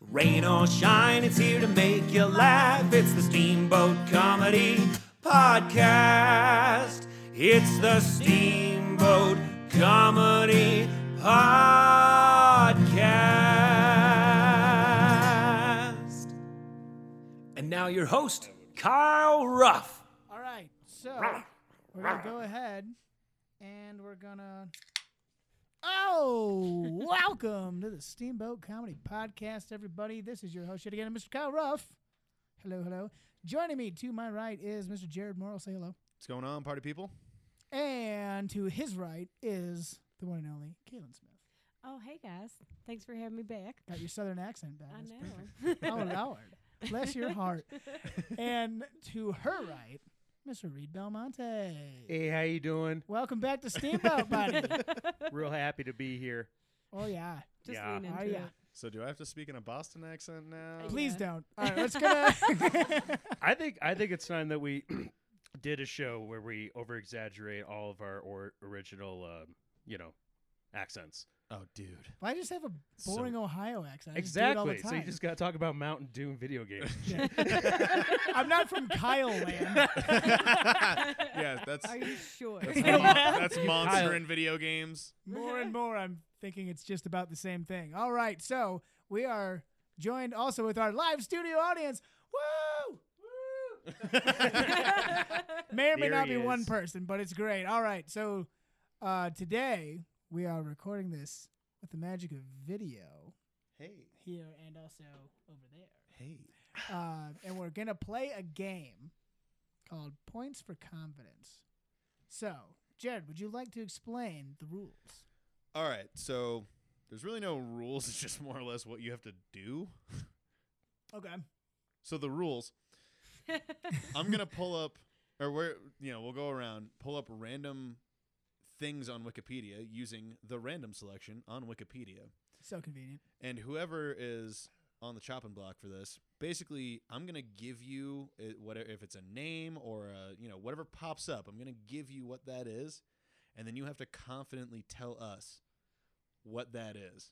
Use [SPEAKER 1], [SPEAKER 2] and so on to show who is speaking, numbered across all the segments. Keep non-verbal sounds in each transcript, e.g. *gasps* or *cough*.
[SPEAKER 1] Rain or shine, it's here to make you laugh. It's the Steamboat Comedy Podcast. It's the Steamboat Comedy Podcast. And now your host, Kyle Ruff.
[SPEAKER 2] All right, so we're gonna go ahead and we're gonna. Oh, welcome to the Steamboat Comedy Podcast, everybody. This is your host yet again, Mr. Kyle Ruff. Hello, hello. Joining me to my right is Mr. Jared Morrill. Say hello.
[SPEAKER 3] What's going on, party people?
[SPEAKER 2] And to his right is the one and only Caitlin Smith.
[SPEAKER 4] Oh, hey guys. Thanks for having me back.
[SPEAKER 2] Got your southern accent back.
[SPEAKER 4] I
[SPEAKER 2] That's
[SPEAKER 4] *laughs* know.
[SPEAKER 2] perfect. Oh, Lord. Bless
[SPEAKER 4] *laughs*
[SPEAKER 2] your heart. and to her right, Mr. Reed Belmonte.
[SPEAKER 5] Hey, how you doing?
[SPEAKER 2] Welcome back to Steamboat, *laughs* buddy.
[SPEAKER 3] *laughs*
[SPEAKER 5] Real happy to be here.
[SPEAKER 2] oh, yeah.
[SPEAKER 4] Just
[SPEAKER 5] Yeah.
[SPEAKER 4] lean into
[SPEAKER 2] Oh, yeah.
[SPEAKER 4] it.
[SPEAKER 3] So, do I have to speak in a Boston
[SPEAKER 4] *laughs*
[SPEAKER 3] accent now? *laughs*
[SPEAKER 4] Uh,
[SPEAKER 2] Please
[SPEAKER 4] Yeah.
[SPEAKER 2] don't. Oh, All right, *laughs* let's go.
[SPEAKER 5] I think I think it's time that we *clears throat* did a show where we over exaggerate all of our or- original, um, you know, accents.
[SPEAKER 3] Oh, dude.
[SPEAKER 2] Why just have a boring
[SPEAKER 3] So-
[SPEAKER 2] Ohio accent? I just do it all the
[SPEAKER 5] Exactly. So you
[SPEAKER 2] time.
[SPEAKER 5] just got to talk about Mountain Doom
[SPEAKER 2] *laughs*
[SPEAKER 5] video games. *laughs*
[SPEAKER 2] I'm not
[SPEAKER 4] *laughs*
[SPEAKER 2] from Kyle land.
[SPEAKER 3] yeah, that's
[SPEAKER 4] Are you sure? *laughs*
[SPEAKER 3] that's, mon- that's monster
[SPEAKER 5] Kyle.
[SPEAKER 3] in video games.
[SPEAKER 2] More *laughs* and more, I'm thinking it's just about the same thing. All right, so we are joined also with our live studio audience.
[SPEAKER 5] *laughs*
[SPEAKER 2] Woo! *laughs* May or may
[SPEAKER 5] There
[SPEAKER 2] not be
[SPEAKER 5] he
[SPEAKER 2] one
[SPEAKER 5] is.
[SPEAKER 2] person, but it's great. All right, so uh, today we are recording this with the magic of video
[SPEAKER 3] hey,
[SPEAKER 2] here and also over there.
[SPEAKER 3] hey.
[SPEAKER 2] uh, and we're gonna play a game called Points for Confidence. So, Jared, would you like to explain the rules?
[SPEAKER 3] All right, so there's really no rules. *laughs* It's just more or less what you have to do.
[SPEAKER 2] Okay.
[SPEAKER 3] So
[SPEAKER 4] *laughs*
[SPEAKER 3] the rules. I'm gonna pull up, or we're you know we'll go around, pull up random things on Wikipedia using the random selection on Wikipedia.
[SPEAKER 2] So convenient.
[SPEAKER 3] and whoever is on the chopping block for this basically i'm going to give you uh, whatever if it's a name or a, you know whatever pops up i'm going to give you what that is and then you have to confidently tell us what that is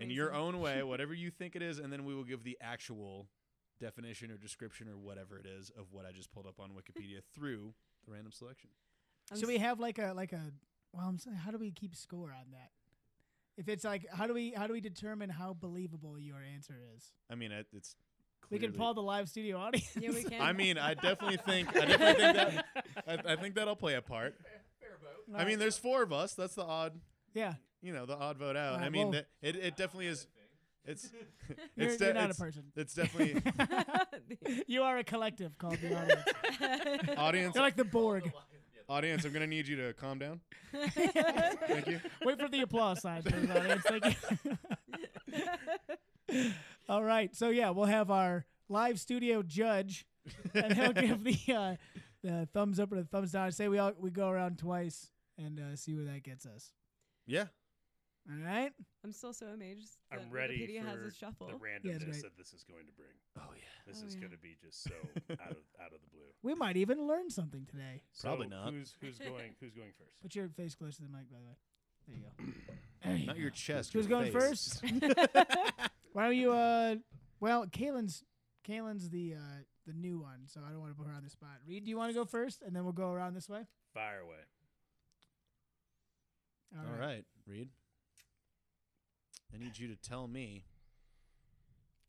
[SPEAKER 3] in your
[SPEAKER 4] *laughs* Amazing.
[SPEAKER 2] *laughs*
[SPEAKER 3] own way whatever you think it is and then we will give the actual definition or description or whatever it is of what i just pulled up
[SPEAKER 2] *laughs*
[SPEAKER 3] on wikipedia through the random selection
[SPEAKER 4] I'm
[SPEAKER 2] so we
[SPEAKER 4] s-
[SPEAKER 2] have like a like a well, I'm saying, how do we keep score on that? If it's like, how do we how do we determine how believable your answer is?
[SPEAKER 3] i mean it, it's
[SPEAKER 2] We can
[SPEAKER 3] clearly-
[SPEAKER 2] pull the live studio audience.
[SPEAKER 4] Yeah, we can.
[SPEAKER 3] i mean
[SPEAKER 4] *laughs*
[SPEAKER 3] i definitely think i definitely think that I, I think that'll play a part I mean, there's four of us. That's the odd,
[SPEAKER 2] *laughs* yeah,
[SPEAKER 3] you know, the odd vote out.
[SPEAKER 2] Alright,
[SPEAKER 3] I mean,
[SPEAKER 2] well-
[SPEAKER 3] that it, it definitely is. It's
[SPEAKER 2] you're,
[SPEAKER 3] *laughs* it's de-
[SPEAKER 2] you're not
[SPEAKER 3] it's,
[SPEAKER 2] a person. *laughs*
[SPEAKER 3] it's definitely *laughs*
[SPEAKER 2] You are a collective called the audience.
[SPEAKER 3] audience.
[SPEAKER 2] You're like the Borg.
[SPEAKER 3] audience, I'm gonna need you to calm down. Thank you.
[SPEAKER 2] Wait for the applause sign, please, audience. Thank you. *laughs* All right. So yeah, we'll have our live studio judge, *laughs* and he'll give the uh, the thumbs up or the thumbs down. I say we all we go around twice and uh, see where that gets us.
[SPEAKER 3] *laughs* Yeah.
[SPEAKER 2] All right.
[SPEAKER 4] I'm still so amazed.
[SPEAKER 5] I'm
[SPEAKER 4] that
[SPEAKER 5] ready
[SPEAKER 4] Wikipedia
[SPEAKER 5] for
[SPEAKER 4] has a shuffle.
[SPEAKER 5] the
[SPEAKER 2] Yeah,
[SPEAKER 5] randomness
[SPEAKER 2] it's great.
[SPEAKER 5] that this is going to bring.
[SPEAKER 3] Oh yeah.
[SPEAKER 5] This
[SPEAKER 4] Oh,
[SPEAKER 5] is
[SPEAKER 4] yeah.
[SPEAKER 5] going to be
[SPEAKER 2] *laughs*
[SPEAKER 5] just so out of out of the blue.
[SPEAKER 2] We might even learn something today.
[SPEAKER 3] Probably
[SPEAKER 5] So
[SPEAKER 3] not.
[SPEAKER 5] Who's
[SPEAKER 4] *laughs*
[SPEAKER 5] who's going? Who's going first?
[SPEAKER 2] Put your face close to the mic, by the way. There you go. There you
[SPEAKER 3] Not
[SPEAKER 2] go.
[SPEAKER 3] your chest.
[SPEAKER 2] Who's
[SPEAKER 3] your
[SPEAKER 2] going
[SPEAKER 3] face. *laughs*
[SPEAKER 2] first? Why don't you? Uh, well, Kaylin's Kaylin's the uh, the new one, so I don't want to put her on the spot. Reed, do you want to go first, and then we'll go around this way?
[SPEAKER 5] Fire away.
[SPEAKER 3] All right. Reed. I need you to tell me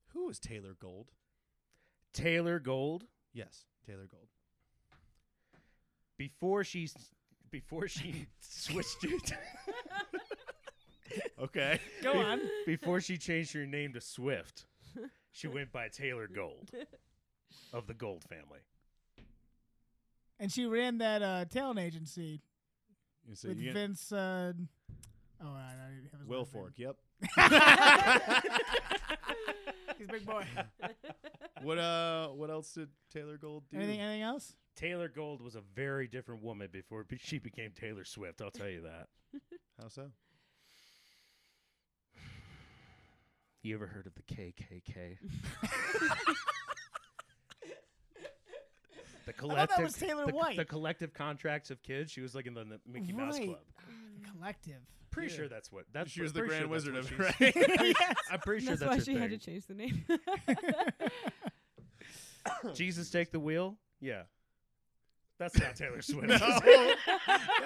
[SPEAKER 3] who is Taylor Gold.
[SPEAKER 5] Taylor Gold.
[SPEAKER 3] Yes, Taylor
[SPEAKER 2] *laughs*
[SPEAKER 3] Gold.
[SPEAKER 5] before she s-
[SPEAKER 2] *laughs*
[SPEAKER 5] before she switched it
[SPEAKER 3] Okay.
[SPEAKER 2] Go
[SPEAKER 4] *laughs*
[SPEAKER 2] on.
[SPEAKER 5] before she changed her name to Swift, she went by Taylor Gold of the Gold family.
[SPEAKER 2] And she ran that uh, talent agency
[SPEAKER 3] So
[SPEAKER 2] with
[SPEAKER 3] you get-
[SPEAKER 2] Vince. Uh, oh, I don't have his last name.
[SPEAKER 3] Wilfork. Yep.
[SPEAKER 2] *laughs* He's a big boy.
[SPEAKER 3] *laughs* What uh? What else did Taylor Gold do?
[SPEAKER 2] anything? Anything else?
[SPEAKER 5] Taylor Gold was a very different woman before be- she became Taylor Swift. I'll tell you that.
[SPEAKER 3] How so?
[SPEAKER 5] You ever heard of the KKK? the
[SPEAKER 2] thought
[SPEAKER 5] collective,
[SPEAKER 2] that was Taylor
[SPEAKER 5] the,
[SPEAKER 2] White.
[SPEAKER 5] the collective contracts of kids. She was like in the, the Mickey Mouse
[SPEAKER 2] Right.
[SPEAKER 5] Club.
[SPEAKER 3] *laughs*
[SPEAKER 2] Collective.
[SPEAKER 5] pretty
[SPEAKER 3] Yeah.
[SPEAKER 5] sure that's what that's.
[SPEAKER 3] she was the
[SPEAKER 5] pretty
[SPEAKER 3] grand
[SPEAKER 5] sure
[SPEAKER 3] wizard
[SPEAKER 5] that's
[SPEAKER 3] of
[SPEAKER 5] what
[SPEAKER 3] it,
[SPEAKER 5] she's-
[SPEAKER 3] right?
[SPEAKER 5] *laughs* I'm pretty sure
[SPEAKER 4] That's
[SPEAKER 5] that's,
[SPEAKER 4] why
[SPEAKER 5] her
[SPEAKER 4] she had to
[SPEAKER 5] thing.
[SPEAKER 4] change the name. *laughs*
[SPEAKER 5] Jesus, take the wheel. Yeah, that's not Taylor Swift.
[SPEAKER 3] *laughs* *laughs* No.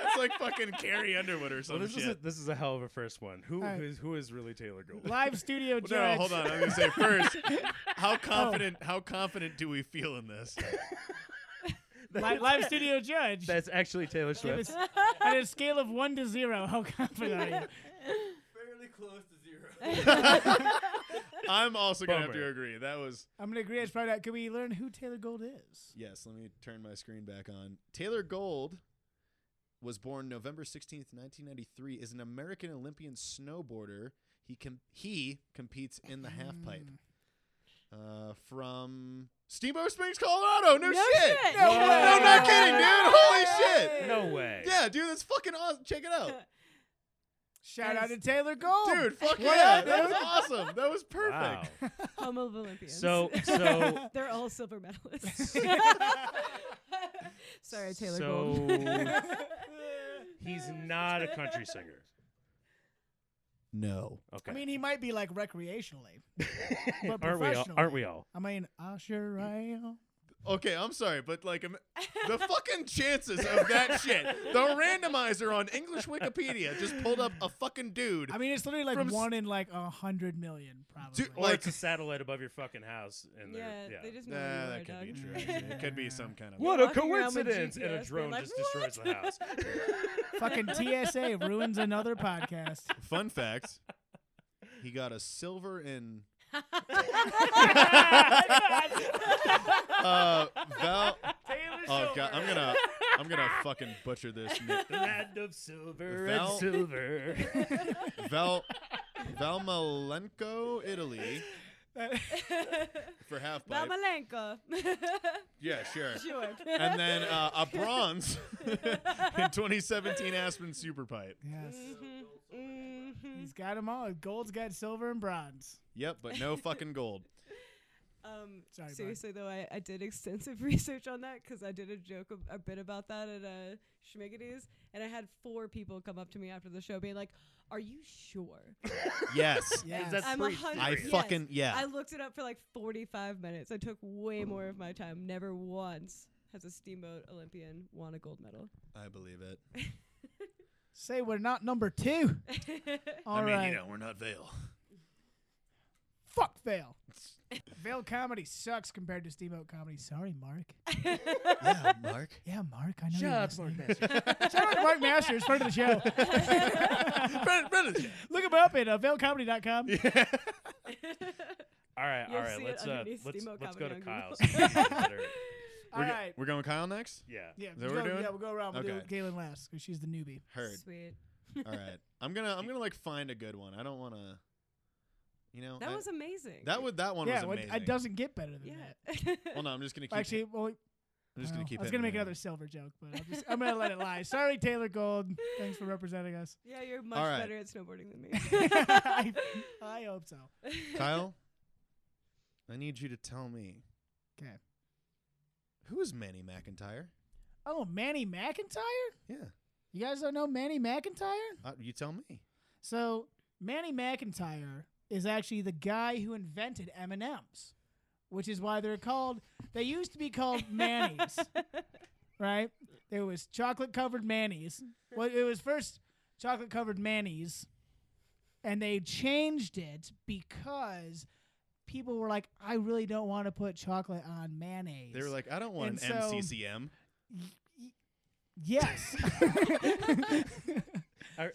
[SPEAKER 3] That's like fucking Carrie Underwood or
[SPEAKER 5] Well,
[SPEAKER 3] some
[SPEAKER 5] this is a,
[SPEAKER 3] shit.
[SPEAKER 5] this is a hell of a first one. Who
[SPEAKER 2] All right.
[SPEAKER 5] who's- who is really Taylor Gold?
[SPEAKER 2] *laughs* Live studio
[SPEAKER 3] Well,
[SPEAKER 2] judge.
[SPEAKER 3] no, hold on. I'm gonna say *laughs* first, how confident how confident do we feel in *laughs* this?
[SPEAKER 2] Li- live studio judge.
[SPEAKER 5] *laughs* That's actually Taylor Swift.
[SPEAKER 2] us- *laughs* On a scale of one to zero, how confident
[SPEAKER 3] *laughs*
[SPEAKER 2] are you?
[SPEAKER 6] Fairly close to zero.
[SPEAKER 3] I'm also gonna have to
[SPEAKER 5] Bummer.
[SPEAKER 3] agree. That was
[SPEAKER 2] I'm gonna agree. It's probably not. Can we learn who Taylor Gold is?
[SPEAKER 3] yes. Let me turn my screen back on. Taylor Gold was born November 16th, 1993. Is an American Olympian snowboarder. He com- he competes in the half pipe. Uh, from Steamboat Springs, Colorado.
[SPEAKER 4] No
[SPEAKER 3] No, shit.
[SPEAKER 4] shit.
[SPEAKER 3] No,
[SPEAKER 4] Yeah.
[SPEAKER 3] way. no, not kidding, dude. Holy shit.
[SPEAKER 5] No way.
[SPEAKER 3] Yeah, dude, that's fucking awesome. Check it out.
[SPEAKER 2] Shout out
[SPEAKER 4] Guys.
[SPEAKER 2] to Taylor Gold.
[SPEAKER 3] Dude,
[SPEAKER 2] What
[SPEAKER 3] fuck Oh. *laughs* yeah.
[SPEAKER 2] up,
[SPEAKER 3] That was
[SPEAKER 2] dude?
[SPEAKER 3] awesome. That was perfect.
[SPEAKER 5] Wow.
[SPEAKER 4] Home of Olympians.
[SPEAKER 5] So so
[SPEAKER 4] *laughs* they're all silver medalists. *laughs*
[SPEAKER 5] *laughs*
[SPEAKER 4] Sorry, Taylor
[SPEAKER 5] so *laughs*
[SPEAKER 4] Gold.
[SPEAKER 5] he's
[SPEAKER 4] *laughs*
[SPEAKER 5] not a country singer.
[SPEAKER 3] No.
[SPEAKER 5] Okay.
[SPEAKER 2] I mean, he might be like
[SPEAKER 3] *laughs*
[SPEAKER 2] recreationally, but
[SPEAKER 5] aren't we all?
[SPEAKER 2] professionally-
[SPEAKER 5] Aren't we all?
[SPEAKER 2] I mean, I sure I am.
[SPEAKER 3] Okay, I'm sorry, but like im- the fucking chances of that shit. The randomizer on English Wikipedia just pulled up a fucking dude.
[SPEAKER 2] I mean, it's literally like
[SPEAKER 3] From s-
[SPEAKER 2] one in like a hundred million, probably.
[SPEAKER 3] Dude,
[SPEAKER 5] Or
[SPEAKER 3] Like-
[SPEAKER 5] it's a satellite above your fucking house, and
[SPEAKER 4] yeah,
[SPEAKER 5] they're-
[SPEAKER 4] they just
[SPEAKER 3] nah,
[SPEAKER 4] know where you
[SPEAKER 3] that
[SPEAKER 4] are,
[SPEAKER 3] could
[SPEAKER 4] dog.
[SPEAKER 3] be true. actually. It could be some kind of.
[SPEAKER 5] What a
[SPEAKER 4] walking around with
[SPEAKER 5] coincidence! And a
[SPEAKER 4] GPS, being
[SPEAKER 5] drone
[SPEAKER 4] like,
[SPEAKER 5] just destroys the house. *laughs*
[SPEAKER 2] Fucking TSA ruins another
[SPEAKER 3] *laughs*
[SPEAKER 2] podcast.
[SPEAKER 3] Fun fact he got a silver in. *laughs* uh, Val. Oh god, I'm gonna, I'm gonna fucking butcher this. ni-
[SPEAKER 5] Land of silver
[SPEAKER 3] Val-
[SPEAKER 5] and
[SPEAKER 4] *laughs*
[SPEAKER 5] silver.
[SPEAKER 3] Val, Valmalenco, Italy,
[SPEAKER 4] *laughs*
[SPEAKER 3] for half pipe.
[SPEAKER 4] Valmalenko.
[SPEAKER 3] Yeah,
[SPEAKER 4] *laughs*
[SPEAKER 3] sure.
[SPEAKER 4] sure.
[SPEAKER 3] And then uh,
[SPEAKER 2] *laughs*
[SPEAKER 3] a bronze in 2017 Aspen Superpipe.
[SPEAKER 2] Yes,
[SPEAKER 3] *laughs*
[SPEAKER 4] Mhm, mhm.
[SPEAKER 2] he's got them all. Gold's got silver and bronze.
[SPEAKER 3] Yep, but no fucking gold.
[SPEAKER 4] Um,
[SPEAKER 2] Sorry, Brian.
[SPEAKER 4] seriously though, I, I did extensive *laughs* research on that because I did a joke ab- a, bit about that at uh, Schmigadoos, and I had four people come up to me after the show being like, "Are you sure?"
[SPEAKER 2] *laughs*
[SPEAKER 3] Yes.
[SPEAKER 2] Yes.
[SPEAKER 5] That's
[SPEAKER 4] I'm a
[SPEAKER 5] pretty
[SPEAKER 4] hundred.
[SPEAKER 3] I
[SPEAKER 4] yes.
[SPEAKER 3] fucking yeah.
[SPEAKER 4] I looked it up for like 45 minutes. I took way more of my time. Never once has a steamboat Olympian won a gold medal. *laughs*
[SPEAKER 3] I believe it.
[SPEAKER 2] Say we're not number two. All right.
[SPEAKER 3] I mean, you know, we're not Vale.
[SPEAKER 2] Fuck
[SPEAKER 3] *laughs*
[SPEAKER 2] Vale. Vale comedy sucks compared to Steamboat comedy. Sorry, Mark.
[SPEAKER 3] yeah,
[SPEAKER 2] *laughs*
[SPEAKER 3] Mark.
[SPEAKER 2] Yeah, Mark. I know.
[SPEAKER 5] Shut
[SPEAKER 2] you're
[SPEAKER 6] Uh,
[SPEAKER 5] up, Mark
[SPEAKER 2] listening. Shout out to
[SPEAKER 4] *laughs*
[SPEAKER 2] Mark Masters, friend of the
[SPEAKER 3] *laughs*
[SPEAKER 2] show.
[SPEAKER 3] Brother- brother.
[SPEAKER 2] Look him up at uh, ValeComedy.com.
[SPEAKER 5] All right, all
[SPEAKER 4] You'll
[SPEAKER 5] right.
[SPEAKER 4] see it
[SPEAKER 5] Let's uh,
[SPEAKER 4] underneath
[SPEAKER 5] let's
[SPEAKER 4] Steamboat
[SPEAKER 5] let's go to
[SPEAKER 4] Comedy on
[SPEAKER 5] Kyle's.
[SPEAKER 4] Google.
[SPEAKER 5] *laughs*
[SPEAKER 2] All
[SPEAKER 3] We're, go-
[SPEAKER 2] right.
[SPEAKER 3] we're going Kyle next.
[SPEAKER 5] yeah.
[SPEAKER 2] Yeah,
[SPEAKER 3] that what
[SPEAKER 2] we'll
[SPEAKER 3] we're
[SPEAKER 2] go,
[SPEAKER 3] doing?
[SPEAKER 2] yeah, we'll go around. We'll do
[SPEAKER 3] Okay.
[SPEAKER 2] Galen last because she's the newbie.
[SPEAKER 3] Heard.
[SPEAKER 4] Sweet.
[SPEAKER 3] All right. I'm gonna
[SPEAKER 2] *laughs*
[SPEAKER 3] I'm gonna like find a good one. I don't want to. You know.
[SPEAKER 4] *laughs* That
[SPEAKER 3] I-
[SPEAKER 4] was amazing.
[SPEAKER 3] that would that one
[SPEAKER 2] yeah,
[SPEAKER 3] was
[SPEAKER 2] well,
[SPEAKER 3] amazing.
[SPEAKER 2] it doesn't get better than
[SPEAKER 4] yeah.
[SPEAKER 2] that.
[SPEAKER 4] *laughs*
[SPEAKER 3] Well, no,
[SPEAKER 2] *laughs*
[SPEAKER 3] I'm just gonna keep.
[SPEAKER 2] Actually, well,
[SPEAKER 3] I'm just
[SPEAKER 2] I
[SPEAKER 3] gonna
[SPEAKER 2] don't know.
[SPEAKER 3] keep.
[SPEAKER 2] I was
[SPEAKER 3] hitting
[SPEAKER 2] gonna make
[SPEAKER 3] it.
[SPEAKER 2] another *laughs* silver joke, but I'm, just, I'm gonna let it lie. Sorry, Taylor Gold. Thanks for representing
[SPEAKER 3] *laughs*
[SPEAKER 2] us. *laughs*
[SPEAKER 4] yeah, you're much
[SPEAKER 3] right.
[SPEAKER 4] better at snowboarding than me.
[SPEAKER 2] I, I hope so.
[SPEAKER 3] *laughs* Kyle, I need you to tell me
[SPEAKER 2] Okay.
[SPEAKER 3] who is Manny McIntyre.
[SPEAKER 2] Oh, Manny McIntyre.
[SPEAKER 3] Yeah,
[SPEAKER 2] You guys don't know Manny McIntyre?
[SPEAKER 3] uh, you tell me.
[SPEAKER 2] So Manny McIntyre is actually the guy who invented M and M's, which is why they're called. They used to be called Manny's, right? There was chocolate covered Manny's. Well, it was first chocolate covered Manny's, and they changed it because people were like, "I really don't want to put chocolate on mayonnaise."
[SPEAKER 3] They were like, I don't want
[SPEAKER 2] And
[SPEAKER 3] an
[SPEAKER 2] so-
[SPEAKER 3] MCCM. *laughs*
[SPEAKER 2] "Yes." *laughs*
[SPEAKER 5] I,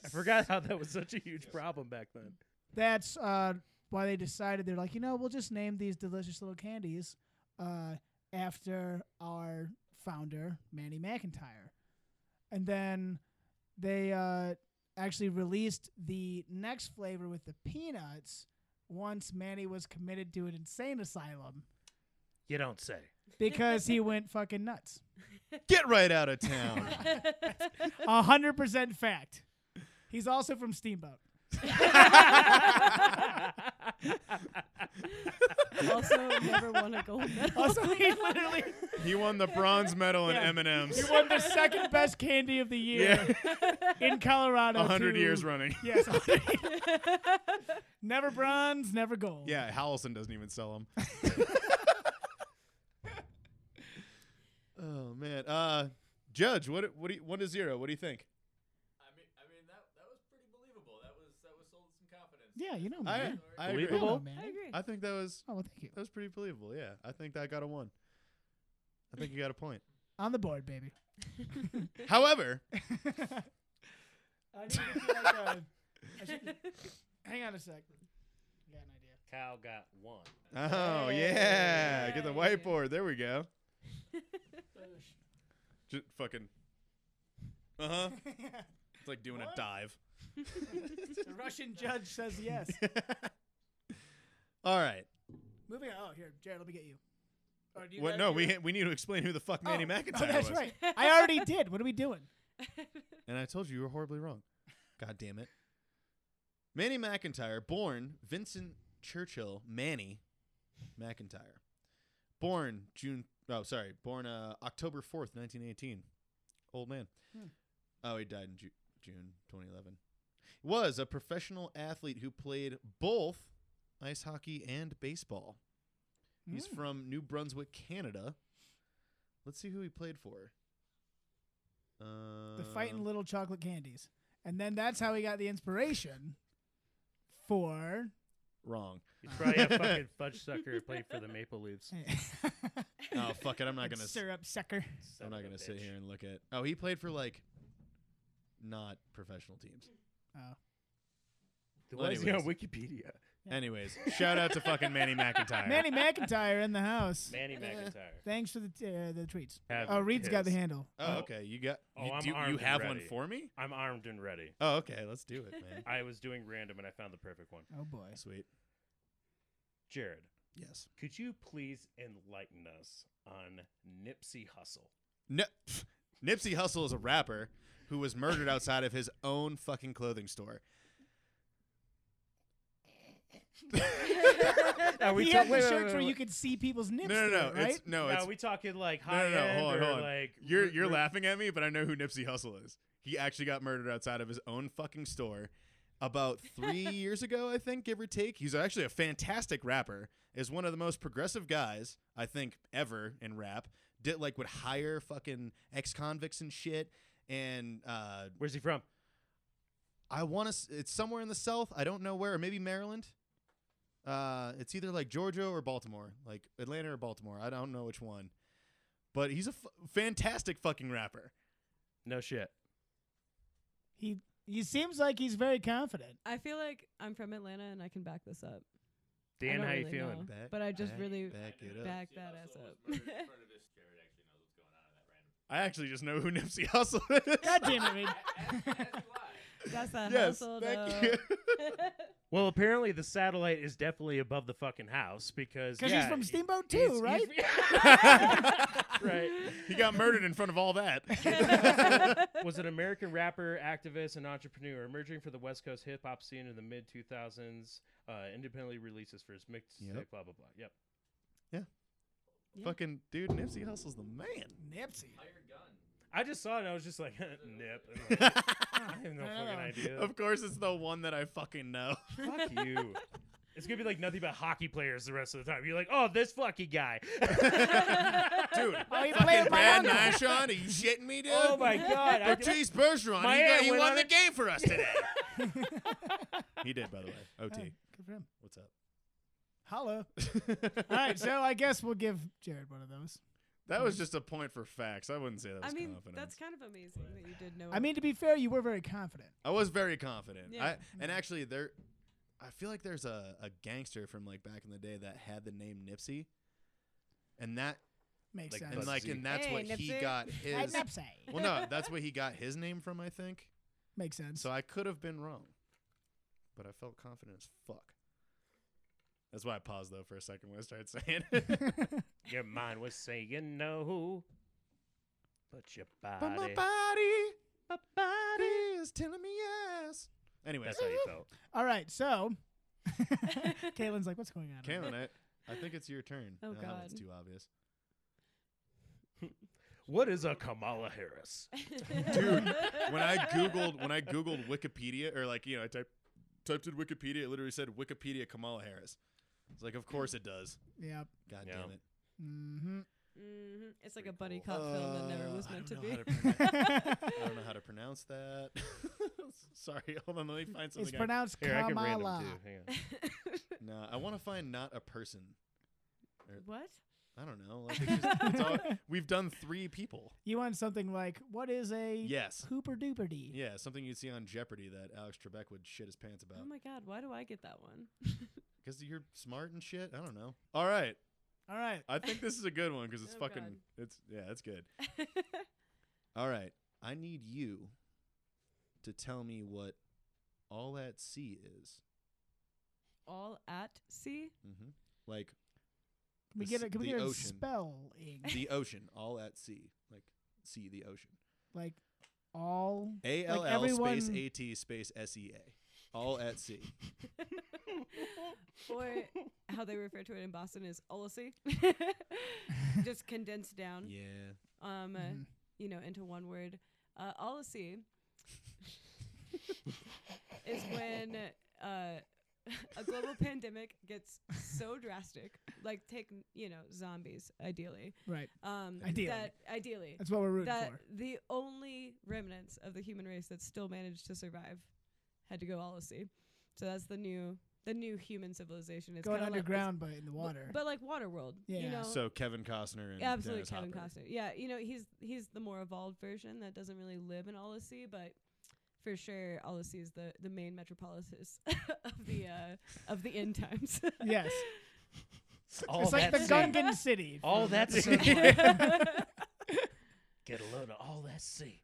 [SPEAKER 5] I forgot how that was such a huge problem back then.
[SPEAKER 2] that's uh, why they decided they're like, you know, we'll just name these delicious little candies uh, after our founder, Manny McIntyre. And then they uh, actually released the next flavor with the peanuts once Manny was committed to an insane asylum
[SPEAKER 5] You don't say.
[SPEAKER 2] because he went fucking nuts.
[SPEAKER 3] Get right out of town.
[SPEAKER 2] *laughs* A 100% fact. He's also from Steamboat.
[SPEAKER 4] also never won a
[SPEAKER 3] *laughs*
[SPEAKER 4] gold medal.
[SPEAKER 2] Also, he literally
[SPEAKER 3] He won the bronze medal in
[SPEAKER 2] Yeah.
[SPEAKER 3] M&M's.
[SPEAKER 2] he
[SPEAKER 3] *laughs*
[SPEAKER 2] won the second best candy of the year in Colorado.
[SPEAKER 3] A hundred
[SPEAKER 2] to-
[SPEAKER 3] years running.
[SPEAKER 2] Yes. *laughs* never bronze, never gold.
[SPEAKER 3] Yeah, Howelson doesn't even
[SPEAKER 2] *laughs*
[SPEAKER 3] sell them. oh man, uh, Judge, what what do you, one to zero? What do you think?
[SPEAKER 6] I mean, I mean that that was pretty believable. That was that was sold some confidence.
[SPEAKER 2] Yeah, you know,
[SPEAKER 3] I
[SPEAKER 2] man.
[SPEAKER 3] I agree.
[SPEAKER 2] You know,
[SPEAKER 5] Believable.
[SPEAKER 2] man.
[SPEAKER 4] *laughs* I agree.
[SPEAKER 3] I think that was
[SPEAKER 2] Oh, well, thank you.
[SPEAKER 3] that was pretty believable. Yeah, I think that got a one. I think you got
[SPEAKER 6] *laughs*
[SPEAKER 3] a point.
[SPEAKER 2] On the board, baby.
[SPEAKER 3] However,
[SPEAKER 2] I need to get like a- I *laughs* should- hang on a sec. I got an *laughs* idea.
[SPEAKER 5] Cal got one.
[SPEAKER 3] oh yeah, get the whiteboard. There we go. Just fucking. Uh huh. It's like doing a dive.
[SPEAKER 2] The Russian judge says
[SPEAKER 3] *laughs*
[SPEAKER 2] yes.
[SPEAKER 3] All right.
[SPEAKER 2] Moving on. Oh, here, Jared, let me
[SPEAKER 3] *laughs*
[SPEAKER 2] get you. Or do you
[SPEAKER 3] What?
[SPEAKER 2] guys
[SPEAKER 3] No,
[SPEAKER 2] do
[SPEAKER 3] we
[SPEAKER 2] it?
[SPEAKER 3] ha- we need to explain who the fuck Manny
[SPEAKER 2] Oh,
[SPEAKER 3] McIntyre
[SPEAKER 2] Oh, that's
[SPEAKER 3] was.
[SPEAKER 2] right. I already
[SPEAKER 3] *laughs*
[SPEAKER 2] did. What are we doing?
[SPEAKER 3] And I told you you were horribly wrong. God damn it. Manny McIntyre, born Vincent Churchill Manny McIntyre. Born June oh sorry, born uh, October 4th, 1918. Old man.
[SPEAKER 2] Hmm.
[SPEAKER 3] Oh, he died in Ju- June 2011. Was a professional athlete who played both ice hockey and baseball. He's
[SPEAKER 2] Mm.
[SPEAKER 3] from New Brunswick, Canada. Let's see who he played for. Uh,
[SPEAKER 2] the fighting little chocolate candies, and then that's how he got the inspiration
[SPEAKER 3] *laughs*
[SPEAKER 2] for.
[SPEAKER 3] Wrong.
[SPEAKER 5] He's probably a fucking fudge sucker who played for the Maple Leafs.
[SPEAKER 3] Oh fuck it! I'm not gonna.
[SPEAKER 2] *laughs*
[SPEAKER 3] s-
[SPEAKER 2] syrup sucker.
[SPEAKER 5] *laughs* Son
[SPEAKER 3] I'm
[SPEAKER 5] of
[SPEAKER 3] not
[SPEAKER 5] a
[SPEAKER 3] gonna sit
[SPEAKER 5] bitch.
[SPEAKER 3] here and look at. Oh, he played for like, not professional teams.
[SPEAKER 2] Oh.
[SPEAKER 5] The
[SPEAKER 3] Well,
[SPEAKER 5] ones you know,
[SPEAKER 3] anyways.
[SPEAKER 5] Wikipedia.
[SPEAKER 3] Anyways, shout out to fucking
[SPEAKER 5] *laughs*
[SPEAKER 3] Manny McIntyre.
[SPEAKER 2] Manny McIntyre in the house.
[SPEAKER 5] Manny McIntyre.
[SPEAKER 2] Thanks for the t- uh, the tweets.
[SPEAKER 5] Have
[SPEAKER 2] Oh, Reed's got the
[SPEAKER 5] his.
[SPEAKER 2] handle.
[SPEAKER 3] Oh, okay. You got.
[SPEAKER 5] Oh,
[SPEAKER 3] you,
[SPEAKER 5] I'm
[SPEAKER 3] do- you
[SPEAKER 5] armed and
[SPEAKER 3] have one
[SPEAKER 5] ready.
[SPEAKER 3] for me?
[SPEAKER 5] I'm armed and ready.
[SPEAKER 3] Oh, okay. Let's do it,
[SPEAKER 5] *laughs*
[SPEAKER 3] man.
[SPEAKER 5] I was doing random and I found the perfect one.
[SPEAKER 2] Oh boy.
[SPEAKER 3] Sweet.
[SPEAKER 5] Jared,
[SPEAKER 3] Yes.
[SPEAKER 5] could you please enlighten us on Nipsey Hussle?
[SPEAKER 3] No, *laughs* Nipsey Hussle is a rapper who was murdered outside of his own fucking clothing store.
[SPEAKER 5] Are
[SPEAKER 2] he had the shirts where you could see people's nips.
[SPEAKER 3] No, no,
[SPEAKER 2] through
[SPEAKER 3] no.
[SPEAKER 2] it, right?
[SPEAKER 3] It's no.
[SPEAKER 5] Now
[SPEAKER 3] It's
[SPEAKER 5] we talking like
[SPEAKER 3] No,
[SPEAKER 5] high
[SPEAKER 3] no, no.
[SPEAKER 5] end
[SPEAKER 3] Hold on,
[SPEAKER 5] or
[SPEAKER 3] hold on.
[SPEAKER 5] like
[SPEAKER 3] you're
[SPEAKER 5] r-
[SPEAKER 3] you're
[SPEAKER 5] r-
[SPEAKER 3] laughing at me, but I know who Nipsey Hussle is. He actually got murdered outside of his own fucking store about
[SPEAKER 5] *laughs*
[SPEAKER 3] three years ago, I think, give or take. He's actually a fantastic rapper. Is one of the most progressive guys I think ever in rap. Did like would hire fucking ex convicts and shit. And uh,
[SPEAKER 5] Where's he from?
[SPEAKER 3] I want to. It's somewhere in the South. I don't know where. Or maybe Maryland. Uh, it's either like Georgia or Baltimore, like Atlanta or Baltimore. I don't know which one. But he's a f- fantastic fucking rapper.
[SPEAKER 5] No shit.
[SPEAKER 2] He he seems like he's very confident.
[SPEAKER 4] I feel like I'm from Atlanta and I can back this up. I
[SPEAKER 5] Dan,
[SPEAKER 4] don't
[SPEAKER 5] how you
[SPEAKER 4] really
[SPEAKER 5] feeling?
[SPEAKER 4] know.
[SPEAKER 3] Back-
[SPEAKER 4] But I just
[SPEAKER 3] back-
[SPEAKER 4] really
[SPEAKER 3] back it up.
[SPEAKER 4] back
[SPEAKER 6] Nipsey
[SPEAKER 4] that ass
[SPEAKER 6] Hussle
[SPEAKER 4] up.
[SPEAKER 6] was
[SPEAKER 4] *laughs*
[SPEAKER 6] murdered in front of this. Jared actually knows what's going on in that random.
[SPEAKER 3] I actually just know who *laughs* Nipsey Hussle is.
[SPEAKER 2] God damn
[SPEAKER 5] *laughs*
[SPEAKER 2] it, Reed.
[SPEAKER 6] Ask why.
[SPEAKER 4] That's that
[SPEAKER 3] *laughs* yes,
[SPEAKER 4] hustle,
[SPEAKER 3] thank
[SPEAKER 4] *laughs* though.
[SPEAKER 3] you. *laughs*
[SPEAKER 5] Well, apparently the satellite is definitely above the fucking house because
[SPEAKER 2] Because he's
[SPEAKER 5] yeah,
[SPEAKER 2] from
[SPEAKER 5] he-
[SPEAKER 2] Steamboat too,
[SPEAKER 5] he's- he's-
[SPEAKER 2] right?
[SPEAKER 5] *laughs* right.
[SPEAKER 3] he got murdered in front of
[SPEAKER 5] *laughs*
[SPEAKER 3] all that.
[SPEAKER 5] was an American rapper, activist, and entrepreneur emerging for the West Coast hip hop scene in the mid 2000s. Uh, independently releases for his mixtape,
[SPEAKER 3] Yep.
[SPEAKER 5] blah blah blah. Yep.
[SPEAKER 3] fucking dude, Nipsey Hussle's
[SPEAKER 5] *laughs*
[SPEAKER 3] the man.
[SPEAKER 2] Nipsey.
[SPEAKER 6] Hired gun.
[SPEAKER 5] I just saw it and I was just like, *laughs* nip. *laughs* And like, I have no
[SPEAKER 2] I know.
[SPEAKER 5] fucking idea.
[SPEAKER 3] of course, it's the one that I
[SPEAKER 5] *laughs*
[SPEAKER 3] fucking know.
[SPEAKER 5] Fuck you. It's gonna be like nothing but hockey players the rest of the time. You're like, oh, this fucking guy. *laughs*
[SPEAKER 3] Dude,
[SPEAKER 2] Oh, he played
[SPEAKER 3] fucking
[SPEAKER 2] with my
[SPEAKER 3] Brad
[SPEAKER 2] uncle.
[SPEAKER 3] Nashon, are you shitting me, dude? *laughs*
[SPEAKER 5] oh my god. I did-
[SPEAKER 3] Ortiz Bergeron,
[SPEAKER 5] My
[SPEAKER 3] he, got,
[SPEAKER 5] aunt
[SPEAKER 3] he
[SPEAKER 5] went
[SPEAKER 3] won
[SPEAKER 5] on
[SPEAKER 3] the
[SPEAKER 5] it.
[SPEAKER 3] game for us today. he did, by the way.
[SPEAKER 2] Oh,
[SPEAKER 3] OT.
[SPEAKER 2] *laughs* good for him.
[SPEAKER 3] What's up? *laughs*
[SPEAKER 2] Hello. All right, so I guess we'll give Jared one of those.
[SPEAKER 3] that was just a point for facts. I wouldn't say that was
[SPEAKER 4] I mean,
[SPEAKER 3] confidence.
[SPEAKER 4] that's kind of amazing that you did know.
[SPEAKER 2] I mean, to be fair, you were very confident.
[SPEAKER 3] I was very confident.
[SPEAKER 4] Yeah.
[SPEAKER 3] I, and actually, there, I feel like there's a, a gangster from like back in the day that had the name Nipsey, and that
[SPEAKER 2] Makes
[SPEAKER 5] Like
[SPEAKER 2] sense.
[SPEAKER 3] and like and that's
[SPEAKER 4] Hey,
[SPEAKER 3] what he
[SPEAKER 4] Nipsey.
[SPEAKER 3] got
[SPEAKER 2] Hey,
[SPEAKER 3] his.
[SPEAKER 2] Nipsey.
[SPEAKER 3] well, no, that's what he got his name from. I think
[SPEAKER 2] Makes
[SPEAKER 5] *laughs*
[SPEAKER 2] sense. *laughs*
[SPEAKER 3] so. I could have been wrong, but I felt confident as fuck. That's why I paused though for a second when I started saying. it.
[SPEAKER 5] Your mind was saying no, but your
[SPEAKER 3] but my
[SPEAKER 5] body.
[SPEAKER 3] body, my body is telling me yes.
[SPEAKER 4] *laughs*
[SPEAKER 3] Anyways,
[SPEAKER 5] That's how you felt. *laughs*
[SPEAKER 2] All right, so Caitlin's like, what's going on?
[SPEAKER 3] Kaylin, I, I think it's your turn.
[SPEAKER 4] Oh,
[SPEAKER 3] No, that one's
[SPEAKER 4] God.
[SPEAKER 3] too
[SPEAKER 4] *laughs*
[SPEAKER 3] obvious.
[SPEAKER 5] What is a Kamala Harris?
[SPEAKER 4] *laughs*
[SPEAKER 3] *laughs* Dude, When I googled when I googled Wikipedia or like you know I typed typed in Wikipedia, it literally said Wikipedia Kamala Harris. It's like of course it does.
[SPEAKER 2] Yep.
[SPEAKER 3] God
[SPEAKER 5] Yeah.
[SPEAKER 3] damn it.
[SPEAKER 2] Mm-hmm.
[SPEAKER 5] *laughs*
[SPEAKER 4] hmm It's like
[SPEAKER 5] Pretty
[SPEAKER 4] a buddy
[SPEAKER 5] cool.
[SPEAKER 4] cop film that never
[SPEAKER 3] Uh,
[SPEAKER 4] was
[SPEAKER 3] I
[SPEAKER 4] meant to
[SPEAKER 3] don't
[SPEAKER 4] be.
[SPEAKER 3] know
[SPEAKER 4] *laughs*
[SPEAKER 3] how pronounce- I don't know how to pronounce that. *laughs* Sorry, hold on. Let me find
[SPEAKER 2] It's
[SPEAKER 3] something. I-
[SPEAKER 2] pronounced
[SPEAKER 5] Here, I can read them
[SPEAKER 2] Kamala.
[SPEAKER 5] too. Hang
[SPEAKER 4] *laughs*
[SPEAKER 5] on.
[SPEAKER 3] no, I want to find not a person.
[SPEAKER 4] what?
[SPEAKER 3] I don't know.
[SPEAKER 4] *laughs*
[SPEAKER 3] Like it's just, it's all, we've done three people.
[SPEAKER 2] You want something like what is a
[SPEAKER 3] Yes.
[SPEAKER 2] hooper duper dee?
[SPEAKER 3] Yeah, something you'd see on Jeopardy that Alex Trebek would shit his pants about.
[SPEAKER 4] Oh my god, why do I get that one? *laughs*
[SPEAKER 3] Because you're smart and shit. I don't know. *laughs* All right,
[SPEAKER 2] All right.
[SPEAKER 3] I think this is a good one because
[SPEAKER 4] *laughs*
[SPEAKER 3] it's
[SPEAKER 4] Oh,
[SPEAKER 3] fucking.
[SPEAKER 4] God.
[SPEAKER 3] It's yeah, it's good. All right, I need you to tell me what all at sea is.
[SPEAKER 4] All at sea?
[SPEAKER 3] Mm-hmm. Like
[SPEAKER 2] Can we
[SPEAKER 3] The
[SPEAKER 2] get
[SPEAKER 3] s-
[SPEAKER 2] a, can we
[SPEAKER 3] the
[SPEAKER 2] get a
[SPEAKER 3] ocean.
[SPEAKER 2] spelling
[SPEAKER 4] *laughs*
[SPEAKER 3] the ocean, all at sea, like sea, the ocean.
[SPEAKER 2] *laughs* like all
[SPEAKER 3] A L L
[SPEAKER 2] everyone-
[SPEAKER 3] space A T space S E A, all at sea.
[SPEAKER 4] *laughs* Or how they refer to it in Boston is all sea. *laughs* Just condensed down.
[SPEAKER 3] Yeah,
[SPEAKER 4] Um, uh,
[SPEAKER 2] Mhm.
[SPEAKER 4] you know, into one word. Uh, all sea is when uh, a global *laughs* pandemic gets so drastic, like take you know zombies ideally.
[SPEAKER 2] right.
[SPEAKER 4] Um,
[SPEAKER 2] Ideally.
[SPEAKER 4] that ideally
[SPEAKER 2] That's what we're rooting
[SPEAKER 4] that
[SPEAKER 2] for.
[SPEAKER 4] the only remnants of the human race that still managed to survive had to go all sea. So that's the new the new human civilization. It's
[SPEAKER 2] Going
[SPEAKER 4] kinda like- it's-
[SPEAKER 2] underground, but in the
[SPEAKER 4] bu- *laughs*
[SPEAKER 2] water.
[SPEAKER 4] but like water world.
[SPEAKER 2] Yeah.
[SPEAKER 4] You know,
[SPEAKER 3] So Kevin Costner and
[SPEAKER 4] absolutely
[SPEAKER 3] Dennis
[SPEAKER 4] Oh. Kevin
[SPEAKER 3] Hopper.
[SPEAKER 4] Costner. Yeah, you know he's he's the more evolved version that doesn't really live in all sea, but for sure all sea is the the main metropolis *laughs* of the uh, of the end times.
[SPEAKER 2] yes,
[SPEAKER 5] All
[SPEAKER 2] it's like
[SPEAKER 5] that
[SPEAKER 2] the
[SPEAKER 5] sea.
[SPEAKER 2] Gungan City.
[SPEAKER 5] *laughs* All
[SPEAKER 2] from-
[SPEAKER 5] that sea. Get a load of all that sea.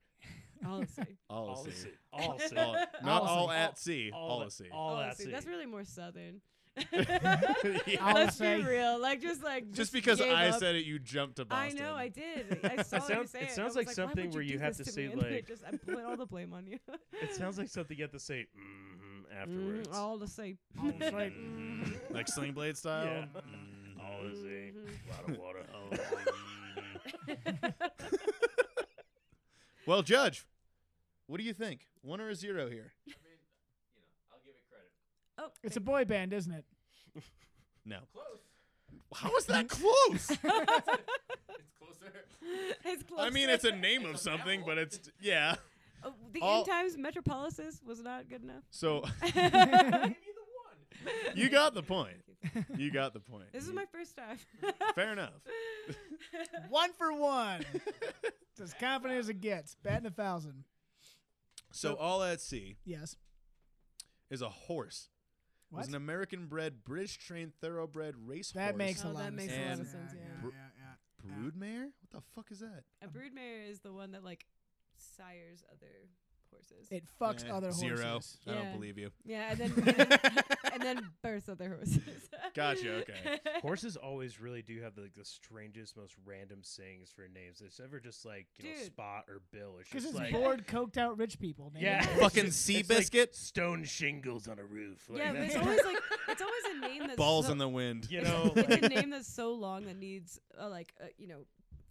[SPEAKER 4] *laughs* all sea.
[SPEAKER 3] All, at sea.
[SPEAKER 5] *laughs*
[SPEAKER 3] *laughs*
[SPEAKER 5] All sea.
[SPEAKER 3] All- not
[SPEAKER 5] All
[SPEAKER 3] all,
[SPEAKER 5] sea.
[SPEAKER 3] at sea. All,
[SPEAKER 5] All
[SPEAKER 3] at sea.
[SPEAKER 5] All
[SPEAKER 4] All
[SPEAKER 5] at
[SPEAKER 4] sea.
[SPEAKER 5] sea.
[SPEAKER 4] That's really
[SPEAKER 5] *laughs*
[SPEAKER 4] more southern. *laughs*
[SPEAKER 2] All
[SPEAKER 4] Let's
[SPEAKER 2] say-
[SPEAKER 4] be real. Like just like
[SPEAKER 3] Just because
[SPEAKER 4] gave
[SPEAKER 3] I
[SPEAKER 4] up.
[SPEAKER 3] said it, you jumped to
[SPEAKER 4] I
[SPEAKER 3] Boston.
[SPEAKER 4] know I did. I saw you
[SPEAKER 5] sounds-
[SPEAKER 4] say
[SPEAKER 5] it
[SPEAKER 4] it. and I
[SPEAKER 5] sounds
[SPEAKER 4] was
[SPEAKER 5] like
[SPEAKER 4] "Why
[SPEAKER 5] something
[SPEAKER 4] would
[SPEAKER 5] where
[SPEAKER 4] do
[SPEAKER 5] you have
[SPEAKER 4] this
[SPEAKER 5] to say,
[SPEAKER 4] me?" *laughs* And then it
[SPEAKER 5] like-
[SPEAKER 4] just I put all the blame on you
[SPEAKER 5] It sounds like something you have to say mm afterwards.
[SPEAKER 4] Mm, *laughs* all the same.
[SPEAKER 2] All the same.
[SPEAKER 5] Mhm.
[SPEAKER 3] Like
[SPEAKER 4] *laughs*
[SPEAKER 3] Sling Blade style.
[SPEAKER 5] Yeah.
[SPEAKER 3] Mm.
[SPEAKER 5] All at sea.
[SPEAKER 4] Mhm.
[SPEAKER 5] A Oh. lot of water. *laughs* mm-hmm.
[SPEAKER 3] Well, Judge, what do you think? One or a zero here?
[SPEAKER 6] I mean, you know, I'll give it credit.
[SPEAKER 4] oh,
[SPEAKER 2] *laughs* It's a boy band, isn't
[SPEAKER 4] *laughs*
[SPEAKER 2] it?
[SPEAKER 3] No.
[SPEAKER 6] Close.
[SPEAKER 3] How is that close?
[SPEAKER 4] *laughs*
[SPEAKER 6] It's closer.
[SPEAKER 4] it's close.
[SPEAKER 3] I mean, it's a name of something, but it's yeah.
[SPEAKER 4] Oh, the
[SPEAKER 3] all-
[SPEAKER 4] end times metropolises was not good
[SPEAKER 3] *laughs*
[SPEAKER 4] enough. *laughs*
[SPEAKER 3] So
[SPEAKER 6] I'll give you the one.
[SPEAKER 3] you got the point. You got the point.
[SPEAKER 4] This is
[SPEAKER 3] You-
[SPEAKER 4] my first time.
[SPEAKER 3] *laughs* fair enough.
[SPEAKER 2] One for one. it's as confident as it gets. Batting a thousand.
[SPEAKER 3] So all at sea
[SPEAKER 2] Yes.
[SPEAKER 3] is a horse. It
[SPEAKER 2] What?
[SPEAKER 3] was an American-bred, British-trained thoroughbod race
[SPEAKER 2] that
[SPEAKER 3] horse.
[SPEAKER 2] makes
[SPEAKER 4] Oh,
[SPEAKER 2] a lot
[SPEAKER 4] that
[SPEAKER 2] of
[SPEAKER 4] makes
[SPEAKER 2] sense.
[SPEAKER 3] a lot of
[SPEAKER 4] sense, yeah.
[SPEAKER 2] yeah,
[SPEAKER 3] Br-
[SPEAKER 2] yeah, yeah.
[SPEAKER 3] broodmare. What the fuck is that?
[SPEAKER 4] *laughs* a broodmare is the one that like sires other horses.
[SPEAKER 2] It fucks
[SPEAKER 3] Eh,
[SPEAKER 2] other horses.
[SPEAKER 3] Zero. I
[SPEAKER 4] Yeah.
[SPEAKER 3] don't believe you.
[SPEAKER 4] yeah, and then *laughs* and
[SPEAKER 3] *laughs*
[SPEAKER 4] then, and then births other horses.
[SPEAKER 3] Gotcha, okay.
[SPEAKER 5] Horses always really do have like the strangest, most random sayings for names. It's ever just like you know
[SPEAKER 4] Dude.
[SPEAKER 5] Spot or Bill. It's
[SPEAKER 2] Because
[SPEAKER 5] just
[SPEAKER 2] it's
[SPEAKER 5] like
[SPEAKER 2] bored, coked out rich people. man.
[SPEAKER 5] *laughs* yeah, it's
[SPEAKER 3] Fucking
[SPEAKER 5] just-
[SPEAKER 3] sea
[SPEAKER 5] it's like
[SPEAKER 3] biscuit.
[SPEAKER 5] stone shingles on a roof. Like,
[SPEAKER 4] *laughs* Yeah, but
[SPEAKER 5] that's-
[SPEAKER 4] it's always like it's always a name that's
[SPEAKER 3] Balls
[SPEAKER 4] so,
[SPEAKER 3] in the wind.
[SPEAKER 4] *laughs*
[SPEAKER 5] you know,
[SPEAKER 4] it's
[SPEAKER 5] like,
[SPEAKER 4] a name that's so long that needs uh, like uh, you know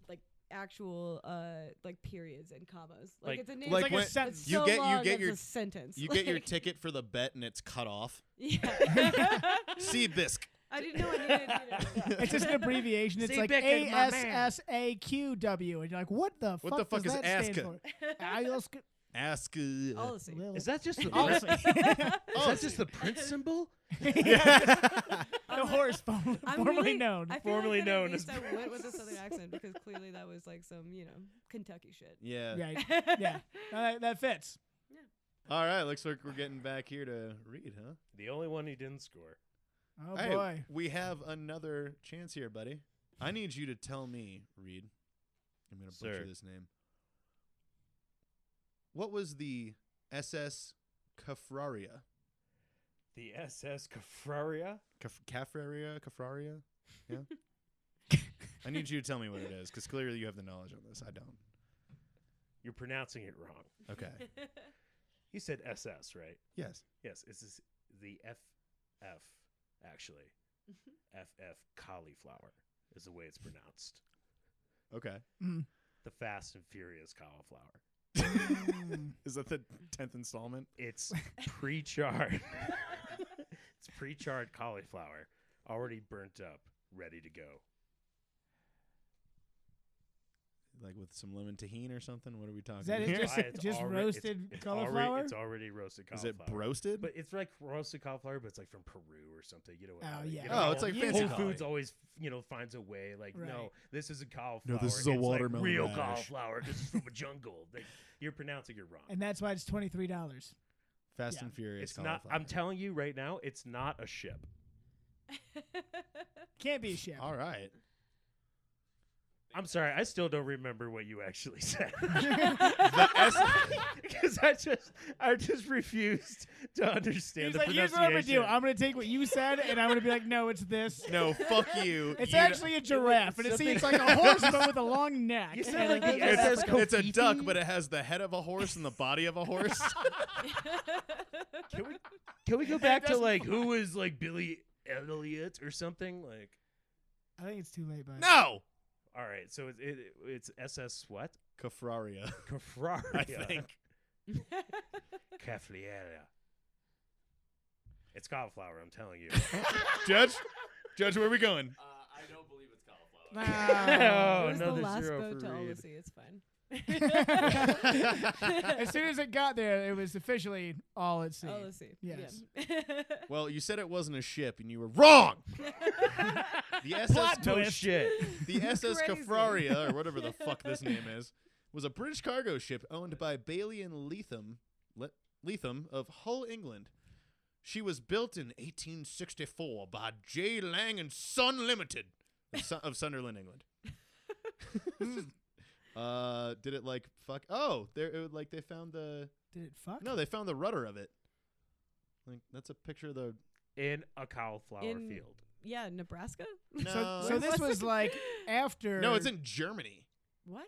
[SPEAKER 4] like actual uh like periods and commas like,
[SPEAKER 5] Like-
[SPEAKER 4] it's a name
[SPEAKER 2] It's
[SPEAKER 3] Like
[SPEAKER 2] like,
[SPEAKER 3] when-
[SPEAKER 2] a sentence.
[SPEAKER 4] you
[SPEAKER 3] you
[SPEAKER 4] so
[SPEAKER 3] get- you
[SPEAKER 4] long
[SPEAKER 3] get
[SPEAKER 4] it's
[SPEAKER 3] your-
[SPEAKER 4] a *laughs* sentence
[SPEAKER 3] You get your
[SPEAKER 4] Like,
[SPEAKER 3] ticket for the bet and it's cut off.
[SPEAKER 4] yeah
[SPEAKER 3] Sea bisc.
[SPEAKER 4] i didn't know i needed you know.
[SPEAKER 2] *laughs* It's just an
[SPEAKER 4] *laughs*
[SPEAKER 2] abbreviation.
[SPEAKER 5] *laughs*
[SPEAKER 2] It's
[SPEAKER 5] See,
[SPEAKER 2] like
[SPEAKER 5] Beckett,
[SPEAKER 2] A
[SPEAKER 5] my
[SPEAKER 2] S
[SPEAKER 5] man.
[SPEAKER 2] S A Q W, and you're like, what the
[SPEAKER 3] What
[SPEAKER 2] fuck?
[SPEAKER 3] the fuck
[SPEAKER 2] does
[SPEAKER 3] is
[SPEAKER 2] that stand
[SPEAKER 3] ASCA?
[SPEAKER 2] for?
[SPEAKER 5] *laughs*
[SPEAKER 2] Ask.
[SPEAKER 3] Ask. uh,
[SPEAKER 4] *laughs* all
[SPEAKER 3] *laughs*
[SPEAKER 4] the same
[SPEAKER 2] *laughs*
[SPEAKER 5] is that *laughs* just the
[SPEAKER 2] Honestly.
[SPEAKER 5] is
[SPEAKER 4] *laughs*
[SPEAKER 5] that just the prince symbol?
[SPEAKER 2] the horse phone,
[SPEAKER 5] *laughs*
[SPEAKER 4] I'm
[SPEAKER 2] formerly
[SPEAKER 4] really-
[SPEAKER 2] known.
[SPEAKER 4] I feel
[SPEAKER 5] Formerly
[SPEAKER 4] like that
[SPEAKER 5] known
[SPEAKER 4] at least
[SPEAKER 5] as-
[SPEAKER 4] I went with a southern accent because clearly that was like some you know kentucky shit
[SPEAKER 3] yeah.
[SPEAKER 2] Right.
[SPEAKER 4] *laughs*
[SPEAKER 2] Yeah. No, that, that fits.
[SPEAKER 3] All right. Looks like we're getting back here to read, huh?
[SPEAKER 5] *laughs* The only one he didn't score.
[SPEAKER 2] Oh
[SPEAKER 3] Hey, *laughs*
[SPEAKER 2] boy.
[SPEAKER 3] We have another chance here, buddy. I need you to tell me, Reed. I'm going to butcher
[SPEAKER 5] Sir.
[SPEAKER 3] this name. What was the SS Cafraria?
[SPEAKER 5] The SS Kafraria.
[SPEAKER 3] Caf- Cafraria? Cafraria? Yeah.
[SPEAKER 2] *laughs*
[SPEAKER 3] I need you to tell me what it is because clearly you have the knowledge on this. I don't.
[SPEAKER 5] You're pronouncing it wrong.
[SPEAKER 4] *laughs*
[SPEAKER 3] Okay.
[SPEAKER 5] You said SS, right?
[SPEAKER 3] Yes.
[SPEAKER 5] Yes, it's this- the FF actually. FF cauliflower is the way it's pronounced.
[SPEAKER 3] Okay.
[SPEAKER 5] The Fast and Furious cauliflower.
[SPEAKER 2] Mm.
[SPEAKER 3] Is that the tenth installment?
[SPEAKER 5] It's pre-charred. *laughs* it's pre-charred cauliflower, already burnt up, ready to go.
[SPEAKER 3] Like with some lemon tahini or something? What are we talking?
[SPEAKER 2] Is that it?
[SPEAKER 3] about?
[SPEAKER 2] Just,
[SPEAKER 5] Why, it's
[SPEAKER 2] just
[SPEAKER 5] alre- it's-
[SPEAKER 2] roasted
[SPEAKER 5] it's already-
[SPEAKER 2] cauliflower?
[SPEAKER 5] it's already roasted
[SPEAKER 3] Is
[SPEAKER 5] cauliflower.
[SPEAKER 3] it roasted?
[SPEAKER 5] But it's like roasted cauliflower, but it's like from Peru or something. You know what?
[SPEAKER 2] Oh,
[SPEAKER 5] like,
[SPEAKER 2] yeah.
[SPEAKER 5] you know,
[SPEAKER 3] oh, it's like
[SPEAKER 2] Yeah.
[SPEAKER 3] fancy
[SPEAKER 5] Whole
[SPEAKER 3] cauliflower.
[SPEAKER 5] Foods always, you know, finds a way. Like,
[SPEAKER 2] Right.
[SPEAKER 5] no, this isn't cauliflower.
[SPEAKER 3] is a
[SPEAKER 5] It's, like,
[SPEAKER 3] watermelon
[SPEAKER 5] real
[SPEAKER 3] radish.
[SPEAKER 5] cauliflower. This is from a jungle. *laughs* Like, you're pronouncing it wrong.
[SPEAKER 2] and that's why it's twenty three dollars.
[SPEAKER 3] Fast
[SPEAKER 2] Yeah.
[SPEAKER 3] and Furious.
[SPEAKER 5] it's not.
[SPEAKER 3] cauliflower.
[SPEAKER 5] I'm telling you right now, it's not a ship.
[SPEAKER 2] Can't be a ship. *laughs*
[SPEAKER 3] All right.
[SPEAKER 5] I'm sorry, I still don't remember what you
[SPEAKER 2] *laughs*
[SPEAKER 5] actually *laughs* said. Because I just, I just refused to understand
[SPEAKER 2] He's
[SPEAKER 5] the
[SPEAKER 2] like, here's
[SPEAKER 5] pronunciation.
[SPEAKER 2] what I'm gonna do. I'm gonna take what you said, and I'm gonna be like, no, it's this.
[SPEAKER 3] No, fuck you.
[SPEAKER 2] It's
[SPEAKER 3] You-
[SPEAKER 2] actually a giraffe, and it
[SPEAKER 5] something-
[SPEAKER 2] seems like a horse
[SPEAKER 3] *laughs*
[SPEAKER 2] but with a long neck.
[SPEAKER 5] You
[SPEAKER 2] And
[SPEAKER 5] said
[SPEAKER 2] like
[SPEAKER 5] like
[SPEAKER 2] it's
[SPEAKER 5] the
[SPEAKER 2] just-
[SPEAKER 5] SS
[SPEAKER 3] it's, it's a duck, but it has the head of a horse and the body of a
[SPEAKER 2] *laughs*
[SPEAKER 3] horse. *laughs*
[SPEAKER 5] Can
[SPEAKER 4] *laughs*
[SPEAKER 5] we, can we go back to
[SPEAKER 2] doesn't *laughs*
[SPEAKER 5] like who is like Billy Elliot or something? Like,
[SPEAKER 2] I think it's too late, but
[SPEAKER 3] no,
[SPEAKER 5] all right, so it, it, it's SS what?
[SPEAKER 3] Kafraria.
[SPEAKER 5] Cafraria.
[SPEAKER 3] I think.
[SPEAKER 5] Cafliera. It's cauliflower, I'm telling
[SPEAKER 3] *laughs*
[SPEAKER 5] you.
[SPEAKER 3] Judge, Judge, where are we going?
[SPEAKER 6] Uh, I don't believe it's cauliflower.
[SPEAKER 2] *laughs* Wow.
[SPEAKER 5] Oh,
[SPEAKER 4] it was the
[SPEAKER 5] another
[SPEAKER 4] last
[SPEAKER 5] zero
[SPEAKER 4] boat
[SPEAKER 5] for
[SPEAKER 4] to
[SPEAKER 5] Reed.
[SPEAKER 4] Ulysses. It's fine. *laughs*
[SPEAKER 2] as soon as it got there, it was officially all at sea.
[SPEAKER 4] Ulysses.
[SPEAKER 2] Yes.
[SPEAKER 4] Yeah.
[SPEAKER 3] Well, you said it wasn't a ship, and you were wrong.
[SPEAKER 4] *laughs*
[SPEAKER 3] The SS,
[SPEAKER 5] Plot no shit.
[SPEAKER 3] the SS
[SPEAKER 4] Crazy.
[SPEAKER 3] Kafraria, or whatever the fuck this name is, was a British cargo ship owned by Bailey and Leatham, Le- Leatham of Hull, England. She was built in 1864 by J. Lang and Son Limited of, Sun- of Sunderland, England. Hmm. uh, did it like fuck? Oh, there it would, like they found the
[SPEAKER 2] Did it fuck?
[SPEAKER 3] no, they found the rudder of it. Like that's a picture of the
[SPEAKER 5] In a cauliflower
[SPEAKER 4] In-
[SPEAKER 5] field.
[SPEAKER 4] yeah, Nebraska?
[SPEAKER 2] *laughs*
[SPEAKER 3] no.
[SPEAKER 2] So, so this
[SPEAKER 4] What's
[SPEAKER 2] was
[SPEAKER 4] the-
[SPEAKER 2] like after.
[SPEAKER 3] no, it's in Germany.
[SPEAKER 4] What?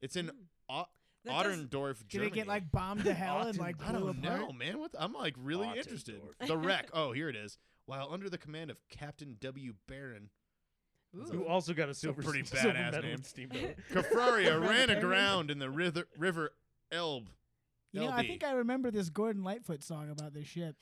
[SPEAKER 3] It's in
[SPEAKER 4] Mm.
[SPEAKER 3] Au-
[SPEAKER 4] That does-
[SPEAKER 3] Otterndorf,
[SPEAKER 2] Did
[SPEAKER 3] Germany.
[SPEAKER 2] it get like bombed to hell and like
[SPEAKER 3] I
[SPEAKER 2] blew
[SPEAKER 3] don't
[SPEAKER 2] apart?
[SPEAKER 3] know, man. What the- I'm like really
[SPEAKER 5] Ottendorf.
[SPEAKER 3] interested. The wreck. Oh, here it is. While under the command of Captain W. Barron,
[SPEAKER 4] Ooh.
[SPEAKER 5] You also got a silver, *laughs*
[SPEAKER 3] pretty
[SPEAKER 5] silver
[SPEAKER 3] badass
[SPEAKER 5] medal
[SPEAKER 3] name.
[SPEAKER 5] in
[SPEAKER 3] *laughs*
[SPEAKER 5] Steamboat.
[SPEAKER 2] *laughs*
[SPEAKER 3] Kafraria ran
[SPEAKER 4] Barron.
[SPEAKER 3] aground in the river, river Elbe.
[SPEAKER 2] You know, I
[SPEAKER 3] LB.
[SPEAKER 2] think I remember this Gordon Lightfoot song about this ship.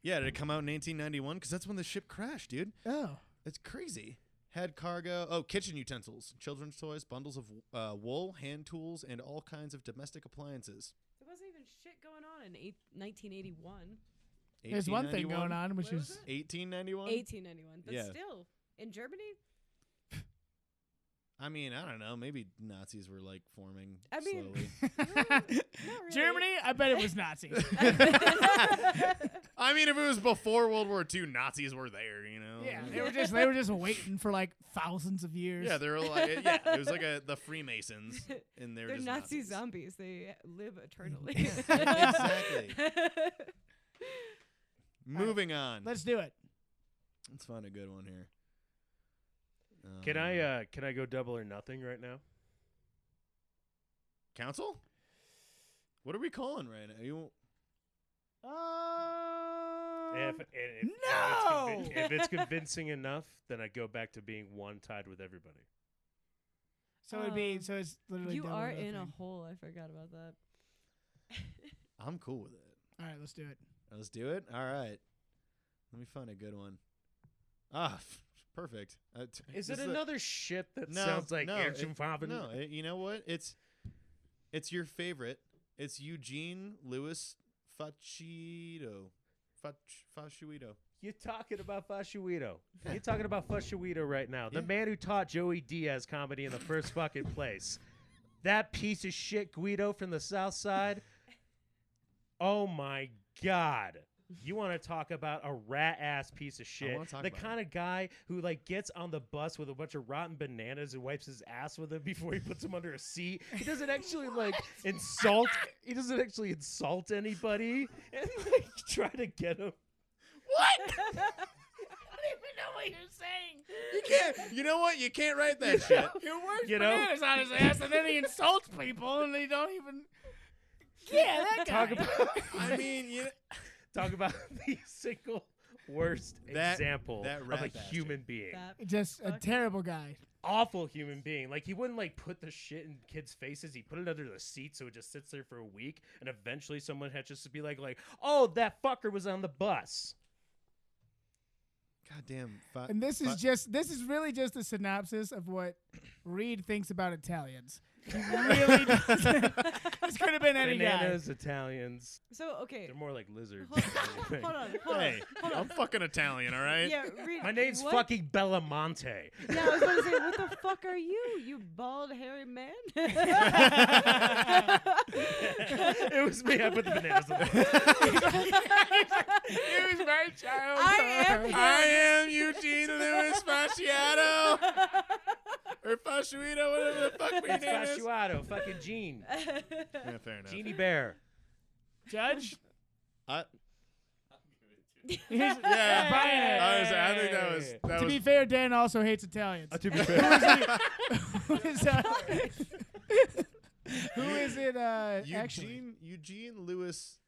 [SPEAKER 3] yeah, did it come out in 1891? Because that's when the ship crashed, dude.
[SPEAKER 2] Oh,
[SPEAKER 3] That's crazy. Had cargo, oh, kitchen utensils, children's toys, bundles of uh, wool, hand tools, and all kinds of domestic appliances.
[SPEAKER 4] There wasn't even shit going on in eight, 1981.
[SPEAKER 2] there's one thing
[SPEAKER 3] 1891?
[SPEAKER 2] going on, which
[SPEAKER 4] Where
[SPEAKER 2] is
[SPEAKER 4] was it?
[SPEAKER 3] 1891.
[SPEAKER 4] 1891. But
[SPEAKER 3] Yeah.
[SPEAKER 4] still, in Germany?
[SPEAKER 3] I mean, I don't know. Maybe Nazis were like forming.
[SPEAKER 4] I mean-
[SPEAKER 3] slowly.
[SPEAKER 2] *laughs*
[SPEAKER 4] Not really.
[SPEAKER 2] Germany. I bet it was
[SPEAKER 3] *laughs*
[SPEAKER 2] Nazis.
[SPEAKER 4] *laughs*
[SPEAKER 3] I mean, if it was before World War II, Nazis were there, you know.
[SPEAKER 2] yeah, they were just they were just waiting for like thousands of years.
[SPEAKER 3] yeah, they were like, yeah, it was like a, the Freemasons,
[SPEAKER 4] *laughs*
[SPEAKER 3] and they were
[SPEAKER 4] They're
[SPEAKER 3] just
[SPEAKER 4] Nazi
[SPEAKER 3] Nazis.
[SPEAKER 4] zombies. They live eternally. *laughs*
[SPEAKER 3] Exactly. Moving on. Let's,
[SPEAKER 2] Let's do it.
[SPEAKER 3] find a good one here. Um,
[SPEAKER 5] Can I uh can I go double or nothing right now?
[SPEAKER 3] council? What are we calling right now? You,
[SPEAKER 5] if,
[SPEAKER 2] Um,
[SPEAKER 5] and if, and
[SPEAKER 2] no!
[SPEAKER 5] it's convi- *laughs* if it's convincing enough, then I go back to being one tied with everybody.
[SPEAKER 2] so it'd be
[SPEAKER 4] Um,
[SPEAKER 2] so it's literally
[SPEAKER 4] you
[SPEAKER 2] double
[SPEAKER 4] are
[SPEAKER 2] or
[SPEAKER 4] in a
[SPEAKER 2] nothing.
[SPEAKER 4] hole. I forgot about that.
[SPEAKER 3] I'm cool with it.
[SPEAKER 2] All right, let's do it.
[SPEAKER 3] Let's do it. All right. Let me find a good one. Ah, *laughs* perfect. Uh, t-
[SPEAKER 5] Is
[SPEAKER 3] this
[SPEAKER 5] it
[SPEAKER 3] a-
[SPEAKER 5] another shit that
[SPEAKER 3] No,
[SPEAKER 5] sounds like
[SPEAKER 3] no,
[SPEAKER 5] Action
[SPEAKER 3] it-
[SPEAKER 5] Faben?
[SPEAKER 3] No, it- you know what? It's it's your favorite. It's Eugene Lewis Facchito. Fac Facchito.
[SPEAKER 5] You're talking about
[SPEAKER 3] *laughs*
[SPEAKER 5] Fashuito. You're talking about Fashuito right now. The
[SPEAKER 3] Yeah.
[SPEAKER 5] man who taught Joey Diaz comedy in the first fucking place. That piece of shit Guido from the South Side. Oh my God. You want to talk about a rat ass piece of shit?
[SPEAKER 3] wanna talk
[SPEAKER 5] The
[SPEAKER 3] about
[SPEAKER 5] kind of guy who like gets on the bus with a bunch of rotten bananas and wipes his ass with them before he puts them under a seat. He doesn't actually
[SPEAKER 3] *laughs*
[SPEAKER 5] like insult. He doesn't actually insult anybody and like try to get him.
[SPEAKER 3] You can't. You know what? You can't write
[SPEAKER 5] *laughs*
[SPEAKER 3] that shit.
[SPEAKER 2] Your worst
[SPEAKER 5] You know?
[SPEAKER 2] bananas on his ass, and then he insults people, and they don't
[SPEAKER 4] *laughs*
[SPEAKER 2] even. Yeah, that guy.
[SPEAKER 5] Talk about
[SPEAKER 3] I mean, you
[SPEAKER 5] *laughs* talk about the single worst
[SPEAKER 3] That-
[SPEAKER 5] example
[SPEAKER 3] that
[SPEAKER 5] of
[SPEAKER 3] rat
[SPEAKER 5] a
[SPEAKER 3] bastard.
[SPEAKER 5] human being.
[SPEAKER 4] That
[SPEAKER 2] *laughs*
[SPEAKER 4] *laughs*
[SPEAKER 2] Just a
[SPEAKER 4] Fuck.
[SPEAKER 2] terrible guy.
[SPEAKER 5] Awful human being. Like he wouldn't like put the shit in kids' faces. He put it under the seat so it just sits there for a week and eventually someone had just to be like like, "Oh, that fucker was on the bus."
[SPEAKER 3] God damn. Fi-
[SPEAKER 2] And this is
[SPEAKER 3] fi-
[SPEAKER 2] just this is really just a synopsis of what Reed thinks about Italians. *laughs*
[SPEAKER 3] *laughs*
[SPEAKER 5] really
[SPEAKER 2] This could have been any guy.
[SPEAKER 5] bananas Italians.
[SPEAKER 4] *laughs* so okay.
[SPEAKER 5] They're more like lizards.
[SPEAKER 4] Hold,
[SPEAKER 5] than *laughs* anything.
[SPEAKER 4] hold on, hold on.
[SPEAKER 3] Hey, I'm fucking Italian, all right?
[SPEAKER 4] Yeah, read,
[SPEAKER 5] My name's
[SPEAKER 4] what?
[SPEAKER 5] fucking Bellamonte.
[SPEAKER 4] Yeah, I
[SPEAKER 5] *laughs*
[SPEAKER 4] was gonna say, what the fuck are you, you bald hairy man?
[SPEAKER 5] it was me. I put the bananas
[SPEAKER 4] *laughs*
[SPEAKER 5] on the
[SPEAKER 2] It was my child.
[SPEAKER 4] I am him.
[SPEAKER 3] I am Eugene Louis Fasciato or Fasciuto, whatever the fuck my name is.
[SPEAKER 5] Fasciato, fucking Gene.
[SPEAKER 4] Uh,
[SPEAKER 3] Yeah, fair enough.
[SPEAKER 5] Genie Bear.
[SPEAKER 2] Judge.
[SPEAKER 3] I,
[SPEAKER 2] Here's-
[SPEAKER 3] yeah, I, was, I think that was
[SPEAKER 5] Hey.
[SPEAKER 3] that
[SPEAKER 2] to
[SPEAKER 3] was.
[SPEAKER 2] be fair, Dan also hates Italians. *laughs*
[SPEAKER 3] to be *laughs* fair,
[SPEAKER 2] who is, uh, who is it? Uh, actually,
[SPEAKER 3] Eugene Eugene Lewis.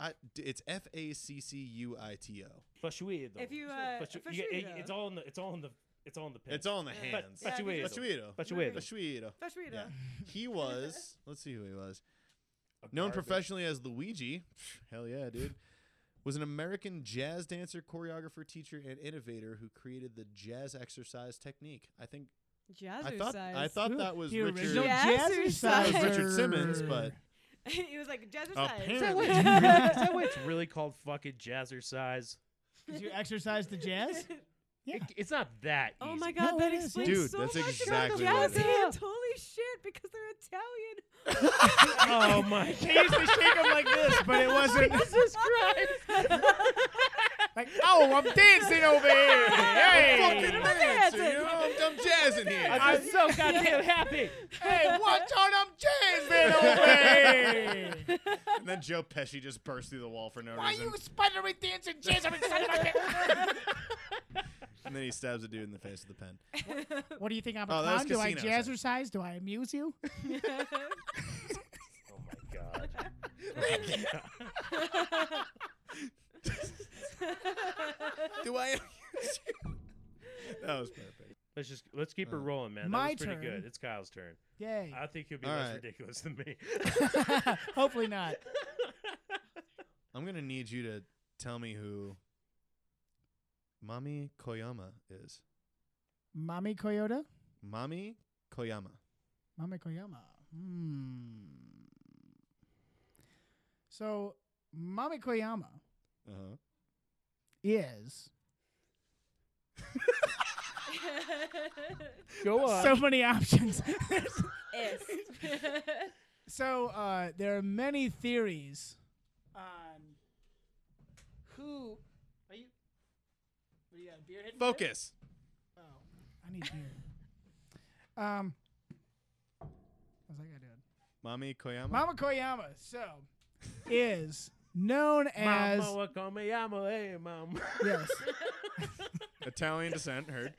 [SPEAKER 3] I, d- it's F A C C U I T O.
[SPEAKER 5] Fasciato.
[SPEAKER 4] If you, uh,
[SPEAKER 5] Fasci- you- it-
[SPEAKER 4] Fasciato.
[SPEAKER 5] it's all in the. It's all in the. It's all in the pen.
[SPEAKER 3] It's all in the hands.
[SPEAKER 5] Fa-
[SPEAKER 4] Yeah,
[SPEAKER 5] Fasciato. Fasciato.
[SPEAKER 3] Fasciuto. Fasciuto.
[SPEAKER 4] Fashmita.
[SPEAKER 3] Yeah. He was. Let's see who he was.
[SPEAKER 5] A
[SPEAKER 3] Known
[SPEAKER 5] garbage.
[SPEAKER 3] professionally as Luigi, hell yeah, dude, was an American jazz dancer, choreographer, teacher, and innovator who created the jazz exercise technique. I think I thought I thought that was
[SPEAKER 2] the
[SPEAKER 3] Richard.
[SPEAKER 2] original
[SPEAKER 4] Jazzercise.
[SPEAKER 3] that was Richard
[SPEAKER 2] Jazzerciser.
[SPEAKER 3] Simmons, but
[SPEAKER 4] *laughs* he was like jazzercise.
[SPEAKER 5] Is that, what,
[SPEAKER 4] *laughs*
[SPEAKER 3] apparently
[SPEAKER 5] is that why it's really called fucking jazzercise?
[SPEAKER 2] Did you exercise the
[SPEAKER 4] *laughs*
[SPEAKER 2] jazz? *laughs* Yeah.
[SPEAKER 5] It, it's not that.
[SPEAKER 4] Oh
[SPEAKER 5] easy.
[SPEAKER 4] my god, that
[SPEAKER 2] it is,
[SPEAKER 4] explains
[SPEAKER 3] Dude,
[SPEAKER 4] so
[SPEAKER 3] that's
[SPEAKER 4] much
[SPEAKER 3] exactly
[SPEAKER 4] about
[SPEAKER 3] what
[SPEAKER 4] jazz
[SPEAKER 3] it is.
[SPEAKER 4] hands. Holy shit, because they're Italian.
[SPEAKER 5] Oh
[SPEAKER 4] *laughs*
[SPEAKER 5] my.
[SPEAKER 2] He used to shake him like this, but it
[SPEAKER 3] *laughs*
[SPEAKER 2] wasn't
[SPEAKER 5] Jesus Christ.
[SPEAKER 2] like, oh, I'm dancing over here.
[SPEAKER 3] fucking
[SPEAKER 2] Hey,
[SPEAKER 3] dancer,
[SPEAKER 4] dancing.
[SPEAKER 3] you know, I'm, I'm jazzing here.
[SPEAKER 5] I'm so goddamn
[SPEAKER 4] *laughs*
[SPEAKER 5] happy.
[SPEAKER 2] hey, watch out, I'm
[SPEAKER 3] *laughs*
[SPEAKER 2] dancing
[SPEAKER 4] Oh
[SPEAKER 2] over here.
[SPEAKER 3] And then Joe Pesci just burst through the wall for no
[SPEAKER 2] Why
[SPEAKER 3] reason,
[SPEAKER 2] you spidery dancing jazz? I'm excited about it.
[SPEAKER 3] and then he stabs a dude in the face with a pen.
[SPEAKER 2] What do you think I'm a
[SPEAKER 3] Oh, that was
[SPEAKER 2] clown? Do I
[SPEAKER 3] Casino,
[SPEAKER 2] jazzercise? Do I amuse
[SPEAKER 3] *laughs*
[SPEAKER 2] you?
[SPEAKER 4] *laughs*
[SPEAKER 5] Oh my god.
[SPEAKER 3] *laughs* Do I? *laughs* that was perfect.
[SPEAKER 5] Let's just let's keep her
[SPEAKER 3] Uh,
[SPEAKER 5] rolling, man.
[SPEAKER 2] my
[SPEAKER 5] that was pretty
[SPEAKER 2] turn.
[SPEAKER 5] good. It's Kyle's turn.
[SPEAKER 2] Yay. *laughs*
[SPEAKER 5] I think he'll be
[SPEAKER 3] All
[SPEAKER 5] less
[SPEAKER 3] right.
[SPEAKER 5] ridiculous than
[SPEAKER 3] *laughs*
[SPEAKER 5] me.
[SPEAKER 2] Hopefully not.
[SPEAKER 3] I'm gonna need you to tell me who Mami Koyama is.
[SPEAKER 2] Mommy Coyota?
[SPEAKER 3] Mami Koyama.
[SPEAKER 2] Mame Koyama. Hmm. So, Mame Koyama
[SPEAKER 3] Uh-huh.
[SPEAKER 2] is
[SPEAKER 5] Go
[SPEAKER 2] so many options.
[SPEAKER 4] Is.
[SPEAKER 2] *laughs* so, uh, there are many theories on who. Are you? What do you got? a
[SPEAKER 3] *laughs*
[SPEAKER 2] Beer hidden? *laughs* there?
[SPEAKER 3] Focus.
[SPEAKER 2] Oh, I need beer. um, how's that guy doing?
[SPEAKER 3] Mami Koyama.
[SPEAKER 2] Mama Koyama. So, is known as
[SPEAKER 5] Mama, wa come yamo, hey, mama.
[SPEAKER 2] yes,
[SPEAKER 3] Italian descent, heard.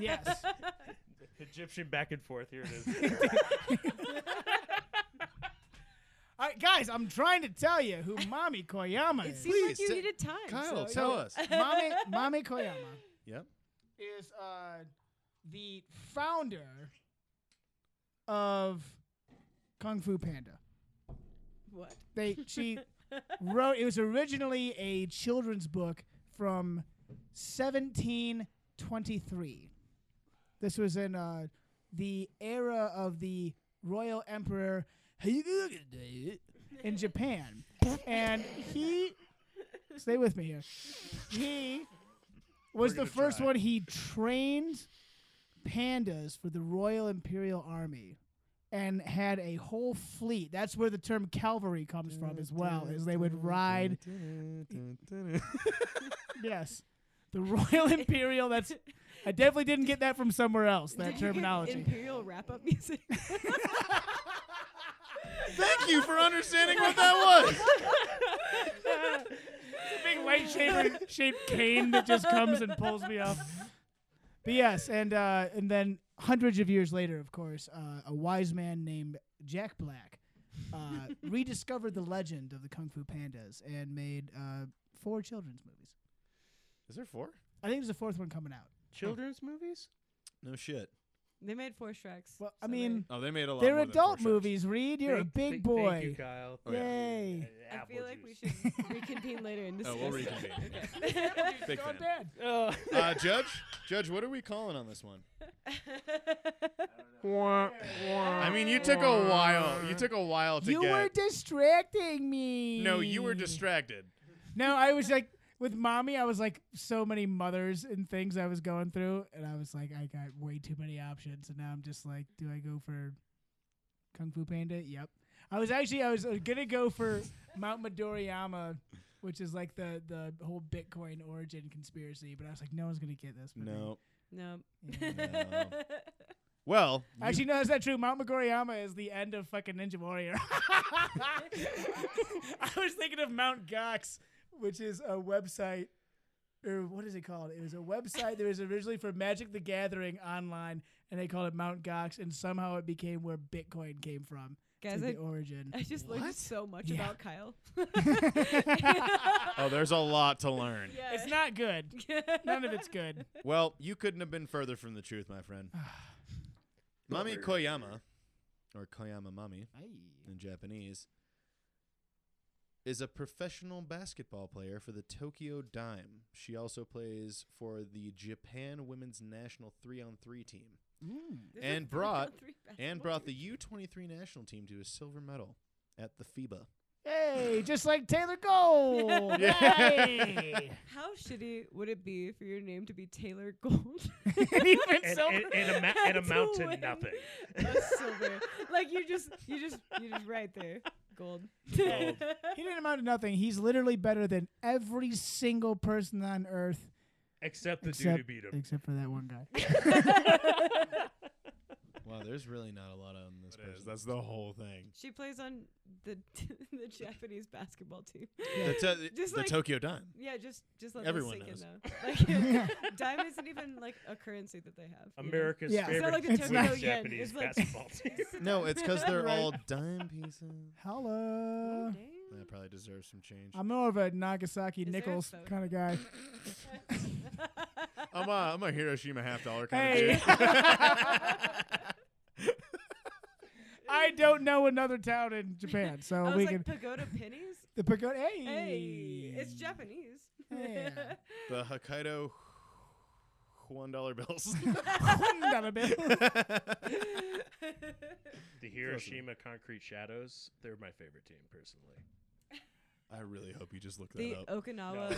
[SPEAKER 2] yes.
[SPEAKER 5] *laughs*
[SPEAKER 2] *laughs*
[SPEAKER 5] Egyptian back and forth. Here it
[SPEAKER 3] *laughs*
[SPEAKER 5] is.
[SPEAKER 2] All right, guys, I'm trying to tell you who Mommy Koyama
[SPEAKER 4] It
[SPEAKER 2] is.
[SPEAKER 4] seems like you
[SPEAKER 3] Please, t-
[SPEAKER 4] needed time.
[SPEAKER 3] Kyle,
[SPEAKER 4] so
[SPEAKER 3] tell
[SPEAKER 4] yeah.
[SPEAKER 3] us.
[SPEAKER 2] Mommy, Mommy Koyama
[SPEAKER 3] Yep.
[SPEAKER 2] is uh, the founder of Kung Fu Panda.
[SPEAKER 4] What?
[SPEAKER 2] They she wrote it was originally a children's book from 1723. This was in uh, the era of the royal emperor in Japan, and he stay with me here. He was the
[SPEAKER 3] gonna
[SPEAKER 2] first
[SPEAKER 3] try.
[SPEAKER 2] one. He trained pandas for the Royal Imperial Army and had a whole fleet. That's where the term cavalry comes from as well, is they would
[SPEAKER 3] *laughs*
[SPEAKER 2] ride. Yes, the Royal Imperial. That's. I definitely didn't get that from somewhere else. That
[SPEAKER 4] Did you get
[SPEAKER 2] terminology.
[SPEAKER 4] imperial wrap up music. *laughs*
[SPEAKER 3] Thank you for understanding what that *laughs* was.
[SPEAKER 2] *laughs* big lightsaber shaped cane that just comes and pulls me up. But yes, and uh, and then hundreds of years later, of course, uh, a wise man named Jack Black uh, *laughs* rediscovered the legend of the Kung Fu Pandas and made uh, four children's movies.
[SPEAKER 3] Is there four?
[SPEAKER 2] I think there's a fourth one coming out.
[SPEAKER 5] Children's movies?
[SPEAKER 3] No shit.
[SPEAKER 4] They made four Shreks.
[SPEAKER 2] Well, I
[SPEAKER 4] so
[SPEAKER 2] mean,
[SPEAKER 3] Oh, they made a lot.
[SPEAKER 2] they're
[SPEAKER 3] more than
[SPEAKER 2] adult
[SPEAKER 3] four shows.
[SPEAKER 2] movies. Reed, you're a
[SPEAKER 5] Thank-
[SPEAKER 2] big
[SPEAKER 5] thank-
[SPEAKER 2] boy.
[SPEAKER 5] Thank you, Kyle.
[SPEAKER 3] Oh, yeah.
[SPEAKER 2] Yay.
[SPEAKER 5] Uh,
[SPEAKER 4] they- I
[SPEAKER 5] apple
[SPEAKER 4] feel like we
[SPEAKER 5] juice.
[SPEAKER 4] should
[SPEAKER 2] *laughs*
[SPEAKER 4] reconvene later and
[SPEAKER 3] Oh,
[SPEAKER 4] discuss.
[SPEAKER 3] we'll
[SPEAKER 4] it.
[SPEAKER 3] reconvene. Big
[SPEAKER 2] God
[SPEAKER 3] fan.
[SPEAKER 2] damn.
[SPEAKER 5] Uh,
[SPEAKER 3] Uh, Judge, Judge, what are we calling on this one? I mean, you took a while. You took a while to
[SPEAKER 2] You
[SPEAKER 3] get.
[SPEAKER 2] were distracting me.
[SPEAKER 3] no, you were distracted.
[SPEAKER 2] No, I was like with mommy. I was like so many mothers and things I was going through, and I was like, I got way too many options, and now I'm just like, do I go for Kung Fu Panda? Yep. I was actually I was uh, gonna go for Mount Midoriyama, which is like the the whole Bitcoin origin conspiracy, but I was like, no one's gonna get this. but then- *laughs*
[SPEAKER 3] No.
[SPEAKER 4] *laughs* no.
[SPEAKER 2] Yeah.
[SPEAKER 3] Well, you-
[SPEAKER 2] Actually, no, that's not true. Mount Magoriyama is the end of fucking Ninja Warrior. *laughs* I was thinking of Mount Gox, which is a website, or what is it called? It was a website that was originally for Magic the Gathering online, and they called it Mount Gox, and somehow it became where Bitcoin came from. It's
[SPEAKER 4] Guys,
[SPEAKER 2] like
[SPEAKER 4] I,
[SPEAKER 2] the
[SPEAKER 4] *laughs*
[SPEAKER 2] origin.
[SPEAKER 4] I just learned
[SPEAKER 3] What?
[SPEAKER 4] so much
[SPEAKER 2] Yeah. *laughs*
[SPEAKER 4] about Kyle. *laughs*
[SPEAKER 3] oh, there's a lot to learn.
[SPEAKER 2] It's not good.
[SPEAKER 4] *laughs* not.
[SPEAKER 2] None of it's good.
[SPEAKER 3] Well, you couldn't have been further from the truth, my *sighs* friend. Mami Koyama, or Koyama Mami in Japanese, is a professional basketball player for the Tokyo Dime. She also plays for the Japan women's national three on three team
[SPEAKER 4] *laughs*
[SPEAKER 3] And brought- and brought the U23 national team to a silver medal at the FIBA.
[SPEAKER 2] Hey, just like Taylor Gold.
[SPEAKER 3] Yeah.
[SPEAKER 2] Hey.
[SPEAKER 4] How shitty would it be for your name to be Taylor Gold?
[SPEAKER 2] *laughs* Even
[SPEAKER 5] and,
[SPEAKER 2] so-
[SPEAKER 5] and,
[SPEAKER 4] *laughs*
[SPEAKER 5] and, ama- and
[SPEAKER 4] To
[SPEAKER 5] amount to
[SPEAKER 4] win.
[SPEAKER 5] nothing.
[SPEAKER 4] Oh,
[SPEAKER 2] *laughs*
[SPEAKER 4] silver. like you just, you just, you just right there, gold.
[SPEAKER 5] Gold.
[SPEAKER 2] He didn't amount to nothing. He's literally better than every single person on earth
[SPEAKER 5] Except the dude who
[SPEAKER 2] Except-
[SPEAKER 5] beat him.
[SPEAKER 2] except for that one guy.
[SPEAKER 3] Wow, there's really not a lot on this.
[SPEAKER 5] It is.
[SPEAKER 3] person. That's the whole thing.
[SPEAKER 4] *laughs* she plays on the *laughs* the Japanese basketball team.
[SPEAKER 3] The, to-
[SPEAKER 4] Just
[SPEAKER 3] the
[SPEAKER 4] like-
[SPEAKER 3] Tokyo Dime.
[SPEAKER 4] Yeah, just just let
[SPEAKER 3] Everyone
[SPEAKER 4] that sink
[SPEAKER 3] knows.
[SPEAKER 4] in though.
[SPEAKER 5] *laughs*
[SPEAKER 4] Like, *laughs* dime isn't even like a currency that they have. you know?
[SPEAKER 5] America's
[SPEAKER 2] Yeah. It's
[SPEAKER 5] favorite
[SPEAKER 4] not like the
[SPEAKER 5] women's
[SPEAKER 2] Tokyo
[SPEAKER 4] Yen.
[SPEAKER 5] Japanese
[SPEAKER 4] It's like- *laughs*
[SPEAKER 5] basketball team.
[SPEAKER 3] No, it's because they're
[SPEAKER 4] Right. Oh,
[SPEAKER 3] all uh, dime pieces.
[SPEAKER 2] *laughs* Hello.
[SPEAKER 4] Damn.
[SPEAKER 3] *laughs* That probably deserves some change.
[SPEAKER 2] I'm more of a Nagasaki
[SPEAKER 4] Is there a
[SPEAKER 2] Nichols
[SPEAKER 4] photo?
[SPEAKER 2] kind of
[SPEAKER 4] *laughs*
[SPEAKER 2] guy.
[SPEAKER 3] I'm a, I'm a Hiroshima half dollar
[SPEAKER 2] Hey. *laughs* I don't know another town in Japan, so
[SPEAKER 4] I
[SPEAKER 2] Oh, we
[SPEAKER 4] was
[SPEAKER 2] can
[SPEAKER 4] like pagoda pennies.
[SPEAKER 2] the pagoda. Hey,
[SPEAKER 4] Hey,
[SPEAKER 2] *laughs*
[SPEAKER 4] it's Japanese. *laughs*
[SPEAKER 2] Yeah.
[SPEAKER 3] the Hokkaido one dollar bills. *laughs*
[SPEAKER 2] Not a
[SPEAKER 4] *laughs*
[SPEAKER 2] bit.
[SPEAKER 5] The Hiroshima Concrete Shadows, they're my favorite team personally.
[SPEAKER 3] I really hope you just look that
[SPEAKER 4] the
[SPEAKER 3] up.
[SPEAKER 4] Okinawa.
[SPEAKER 5] No.
[SPEAKER 4] one-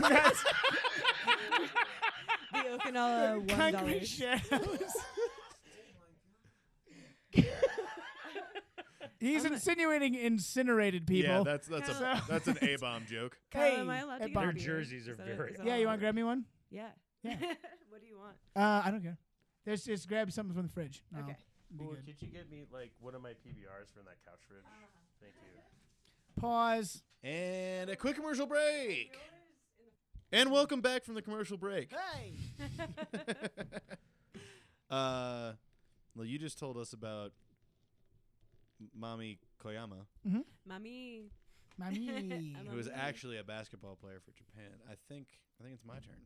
[SPEAKER 3] *laughs*
[SPEAKER 4] *laughs* the Okinawa one dollar.
[SPEAKER 2] Concrete
[SPEAKER 4] *laughs*
[SPEAKER 2] shadows. He's
[SPEAKER 4] I'm a-
[SPEAKER 2] insinuating incinerated people.
[SPEAKER 3] Yeah, that's that's a
[SPEAKER 4] Kinda-
[SPEAKER 3] that's an A bomb joke.
[SPEAKER 4] Kyle, am I allowed to
[SPEAKER 2] Hey,
[SPEAKER 4] get
[SPEAKER 2] Their
[SPEAKER 4] a beer?
[SPEAKER 5] jerseys are
[SPEAKER 4] Is that a-
[SPEAKER 5] very
[SPEAKER 4] is that
[SPEAKER 2] yeah, you
[SPEAKER 4] allowed?
[SPEAKER 2] want to grab me one?
[SPEAKER 4] Yeah.
[SPEAKER 2] Yeah.
[SPEAKER 4] *laughs* what do you want?
[SPEAKER 2] Uh, I don't care. Let's just grab something from the fridge. No,
[SPEAKER 4] Okay.
[SPEAKER 2] be good.
[SPEAKER 5] could you get me like one of my PBRs from that couch fridge?
[SPEAKER 4] Ah.
[SPEAKER 5] Thank you.
[SPEAKER 2] Pause.
[SPEAKER 3] And a quick commercial break. And welcome back from the commercial break.
[SPEAKER 2] Hey.
[SPEAKER 3] *laughs* uh, well, you just told us about M- Mami Koyama,
[SPEAKER 4] Mommy.
[SPEAKER 2] Mommy.
[SPEAKER 4] I'm
[SPEAKER 3] who is
[SPEAKER 4] Mami.
[SPEAKER 3] actually a basketball player for Japan. I think I think it's my turn.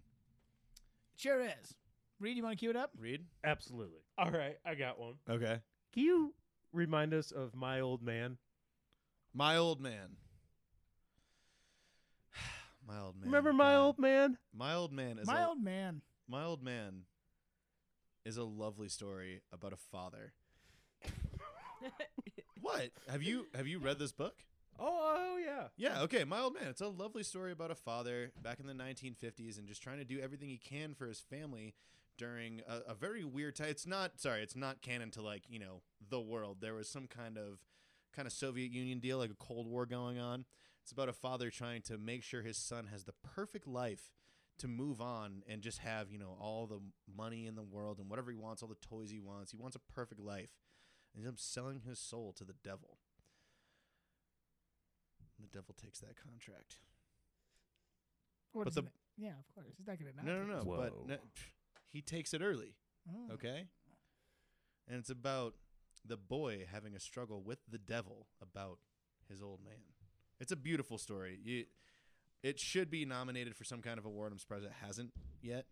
[SPEAKER 2] sure is. Reed, you want to cue it up?
[SPEAKER 3] Read.
[SPEAKER 5] Absolutely. All right, I got one.
[SPEAKER 3] Okay.
[SPEAKER 5] Can you remind us of my old man?
[SPEAKER 3] My old man. *sighs* My old man.
[SPEAKER 5] Remember my
[SPEAKER 3] God.
[SPEAKER 5] old man?
[SPEAKER 3] My old man is
[SPEAKER 2] My
[SPEAKER 3] a,
[SPEAKER 2] old man.
[SPEAKER 3] my old man is a lovely story about a father. what have you have you read this book?
[SPEAKER 5] Oh, oh yeah.
[SPEAKER 3] Yeah, okay, my old man. It's a lovely story about a father back in the 1950s and just trying to do everything he can for his family during a, a very weird time. It's not sorry, it's not canon to like you know the world. There was some kind of kind of Soviet Union deal, like a Cold War going on. It's about a father trying to make sure his son has the perfect life to move on and just have you know all the money in the world and whatever he wants, all the toys he wants. He wants a perfect life, and he's selling his soul to the devil. The devil takes that contract.
[SPEAKER 2] What
[SPEAKER 3] But
[SPEAKER 2] is
[SPEAKER 3] the-
[SPEAKER 2] it? yeah, of course. He's not gonna not.
[SPEAKER 3] no,
[SPEAKER 2] take
[SPEAKER 3] no, no.
[SPEAKER 2] it.
[SPEAKER 3] But no, pff, he takes it early,
[SPEAKER 2] Oh.
[SPEAKER 3] okay? And it's about the boy having a struggle with the devil about his old man. It's a beautiful story. You, It should be nominated for some kind of award. I'm surprised it hasn't yet.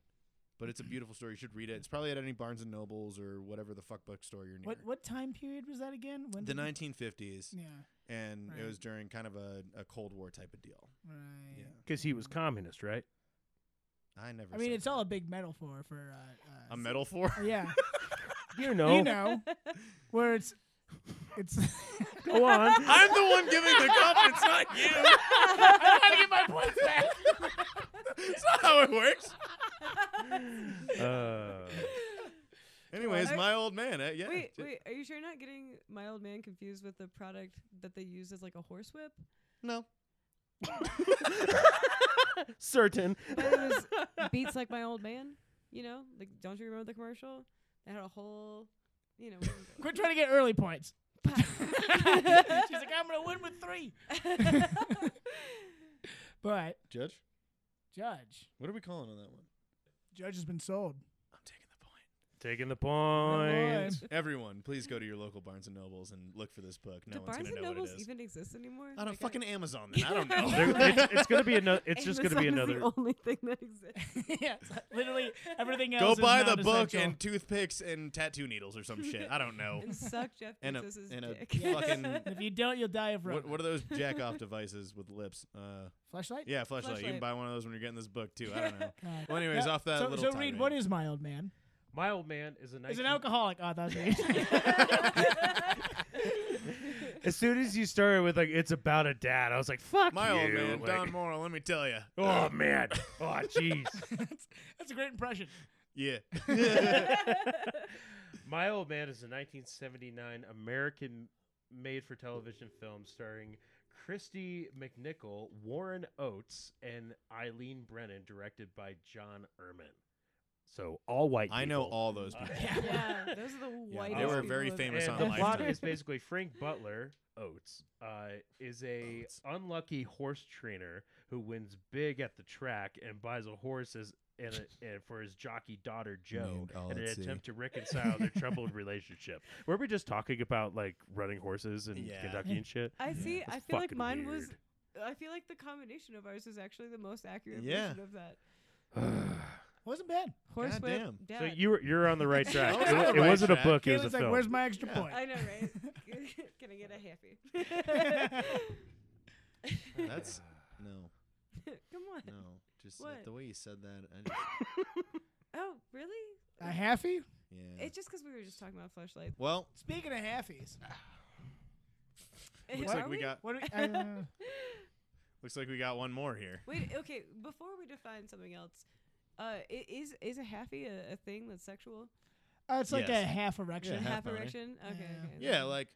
[SPEAKER 3] But it's a beautiful story. You should read it. It's probably at any Barnes and Nobles or whatever the fuck bookstore you're near.
[SPEAKER 2] What what time period was that again? When
[SPEAKER 3] the
[SPEAKER 2] did-
[SPEAKER 3] 1950s,
[SPEAKER 2] Yeah.
[SPEAKER 3] and
[SPEAKER 2] Right.
[SPEAKER 3] it was during kind of a, a Cold War type of deal.
[SPEAKER 2] Right.
[SPEAKER 3] Yeah,
[SPEAKER 5] Because he was
[SPEAKER 2] *laughs*
[SPEAKER 5] communist, right?
[SPEAKER 3] I never.
[SPEAKER 2] I mean,
[SPEAKER 3] said
[SPEAKER 2] it's all a
[SPEAKER 3] that.
[SPEAKER 2] big metaphor for. Uh, uh,
[SPEAKER 3] a medal for.
[SPEAKER 2] s- *laughs*
[SPEAKER 3] *laughs*
[SPEAKER 2] Yeah.
[SPEAKER 5] You know.
[SPEAKER 2] You know, where it's it's. *laughs*
[SPEAKER 5] Go on.
[SPEAKER 3] I'm the one giving the compliments, not *laughs* you. I'm trying to get my points back. That's not how it works.
[SPEAKER 5] Uh,
[SPEAKER 3] Anyways,
[SPEAKER 4] What?
[SPEAKER 3] my old man. Uh, yeah.
[SPEAKER 4] Wait,
[SPEAKER 3] j-
[SPEAKER 4] wait, are you sure you're not getting my old man confused with the product that they use as like a
[SPEAKER 3] *laughs*
[SPEAKER 4] horsewhip?
[SPEAKER 3] No.
[SPEAKER 5] certain.
[SPEAKER 4] But it was beats like my old man. You know, like don't you remember the commercial? They had a whole, you know. *laughs* what
[SPEAKER 2] Quit trying to get early points. *laughs* She's
[SPEAKER 4] am I going
[SPEAKER 2] like, I'm gonna win with three.
[SPEAKER 4] for?"
[SPEAKER 2] But
[SPEAKER 3] Judge,
[SPEAKER 2] Judge,
[SPEAKER 3] what are we calling on that one?
[SPEAKER 2] Judge has been sold.
[SPEAKER 3] I'm taking the point.
[SPEAKER 5] Taking the point.
[SPEAKER 3] Everyone, please go to your local Barnes and Nobles and look for this book. *laughs* No
[SPEAKER 4] Do
[SPEAKER 3] one's
[SPEAKER 4] Barnes
[SPEAKER 3] gonna
[SPEAKER 4] and
[SPEAKER 3] know
[SPEAKER 4] Nobles
[SPEAKER 3] what it is.
[SPEAKER 4] even exist anymore?
[SPEAKER 3] I don't
[SPEAKER 4] Like, I-
[SPEAKER 3] fucking Amazon. Then. I
[SPEAKER 4] *laughs*
[SPEAKER 3] don't know. *laughs*
[SPEAKER 5] There- it's, it's gonna be another. It's just gonna be
[SPEAKER 4] Amazon is
[SPEAKER 5] another.
[SPEAKER 4] the only thing that exists.
[SPEAKER 2] *laughs* yeah, it's like literally everything
[SPEAKER 3] go
[SPEAKER 2] else. is
[SPEAKER 3] buy the book
[SPEAKER 2] non-essential.
[SPEAKER 3] and toothpicks and tattoo needles or some shit. I
[SPEAKER 4] *laughs*
[SPEAKER 3] don't know.
[SPEAKER 4] and suck Jeff
[SPEAKER 3] And a-
[SPEAKER 4] Bezos's
[SPEAKER 3] and a
[SPEAKER 4] dick.
[SPEAKER 3] fucking-
[SPEAKER 2] And if you don't, you'll die of
[SPEAKER 3] What,
[SPEAKER 2] road.
[SPEAKER 3] what are those
[SPEAKER 4] *laughs*
[SPEAKER 3] jack off devices with lips? Uh,
[SPEAKER 2] Flashlight.
[SPEAKER 3] yeah, flashlight. You can
[SPEAKER 4] Fleshlight.
[SPEAKER 3] buy one of those when you're getting this book too. I
[SPEAKER 4] *laughs*
[SPEAKER 3] don't know.
[SPEAKER 2] God.
[SPEAKER 3] Well, anyways,
[SPEAKER 2] Yeah,
[SPEAKER 3] off that
[SPEAKER 2] so,
[SPEAKER 3] little.
[SPEAKER 2] so
[SPEAKER 3] time
[SPEAKER 2] Reed,
[SPEAKER 3] in.
[SPEAKER 2] what is my old man?
[SPEAKER 5] My old man is a. 19-
[SPEAKER 2] Is an alcoholic. Oh, that was Reed.
[SPEAKER 5] *laughs* As soon as you started with like, it's about a dad. I was like, fuck
[SPEAKER 3] *laughs* my
[SPEAKER 5] you.
[SPEAKER 3] old man
[SPEAKER 5] like,
[SPEAKER 3] Don Morrow? Let me tell you.
[SPEAKER 5] Oh man. Oh jeez.
[SPEAKER 2] that's, *laughs* that's a great impression.
[SPEAKER 3] yeah.
[SPEAKER 5] *laughs* My Old Man is a 1979 American made for television film starring Christy McNichol, Warren Oates, and Eileen Brennan, directed by John Ehrman. So all white.
[SPEAKER 3] *laughs* I know
[SPEAKER 5] people.
[SPEAKER 3] all those
[SPEAKER 5] Uh,
[SPEAKER 3] people.
[SPEAKER 4] *laughs* *laughs* yeah, those are the
[SPEAKER 3] Yeah,
[SPEAKER 4] whitest.
[SPEAKER 3] they were
[SPEAKER 5] people
[SPEAKER 3] very
[SPEAKER 4] I've
[SPEAKER 3] famous
[SPEAKER 4] ever
[SPEAKER 5] and
[SPEAKER 3] on
[SPEAKER 5] the
[SPEAKER 4] met.
[SPEAKER 5] plot
[SPEAKER 3] Lifetime.
[SPEAKER 5] is basically Frank Butler Oates uh, is a
[SPEAKER 3] Oates.
[SPEAKER 5] unlucky horse trainer who wins big at the track and buys a horse as and, a, and for his jockey daughter Joe
[SPEAKER 3] Named all
[SPEAKER 5] in an
[SPEAKER 3] at sea. *laughs*
[SPEAKER 5] attempt to reconcile their troubled relationship. Were we just talking about like running horses in
[SPEAKER 3] Yeah.
[SPEAKER 5] Kentucky and shit?
[SPEAKER 4] I see.
[SPEAKER 5] That's
[SPEAKER 4] I feel like
[SPEAKER 5] fucking
[SPEAKER 4] mine was.
[SPEAKER 5] weird.
[SPEAKER 4] I feel like the combination of ours is actually the most accurate
[SPEAKER 3] Yeah.
[SPEAKER 4] version of that.
[SPEAKER 2] Wasn't bad.
[SPEAKER 4] Horsewhip,
[SPEAKER 3] Goddamn.
[SPEAKER 4] dad.
[SPEAKER 5] So you were you're on the right track.
[SPEAKER 3] I
[SPEAKER 5] it
[SPEAKER 3] was
[SPEAKER 5] wa-
[SPEAKER 3] on
[SPEAKER 5] it
[SPEAKER 3] the right
[SPEAKER 5] wasn't
[SPEAKER 3] track.
[SPEAKER 5] a book. It was a
[SPEAKER 2] Caitlin's like,
[SPEAKER 5] film.
[SPEAKER 2] where's my extra
[SPEAKER 3] Yeah.
[SPEAKER 2] point?
[SPEAKER 4] I
[SPEAKER 5] *laughs*
[SPEAKER 4] know, right? *laughs* Can I get a happy?
[SPEAKER 3] *laughs* That's no,
[SPEAKER 4] *laughs* Come on.
[SPEAKER 3] no. Just
[SPEAKER 4] What?
[SPEAKER 3] the way you said that. I *laughs* just,
[SPEAKER 4] Oh, really?
[SPEAKER 2] A halfie?
[SPEAKER 3] yeah.
[SPEAKER 4] It's just 'cause we were just talking about flashlights.
[SPEAKER 3] well,
[SPEAKER 2] Speaking of halfies,
[SPEAKER 3] looks like
[SPEAKER 4] Are
[SPEAKER 3] we got
[SPEAKER 2] what? Are we, uh,
[SPEAKER 3] *laughs* looks like we got one more here.
[SPEAKER 4] Wait. Okay. Before we define something else, uh, i- is is a happy a, a thing that's sexual?
[SPEAKER 2] uh, it's like
[SPEAKER 3] Yes.
[SPEAKER 2] a half erection.
[SPEAKER 3] A Yeah.
[SPEAKER 4] half
[SPEAKER 3] happy.
[SPEAKER 4] erection. Okay.
[SPEAKER 2] Yeah.
[SPEAKER 4] okay.
[SPEAKER 3] Yeah, like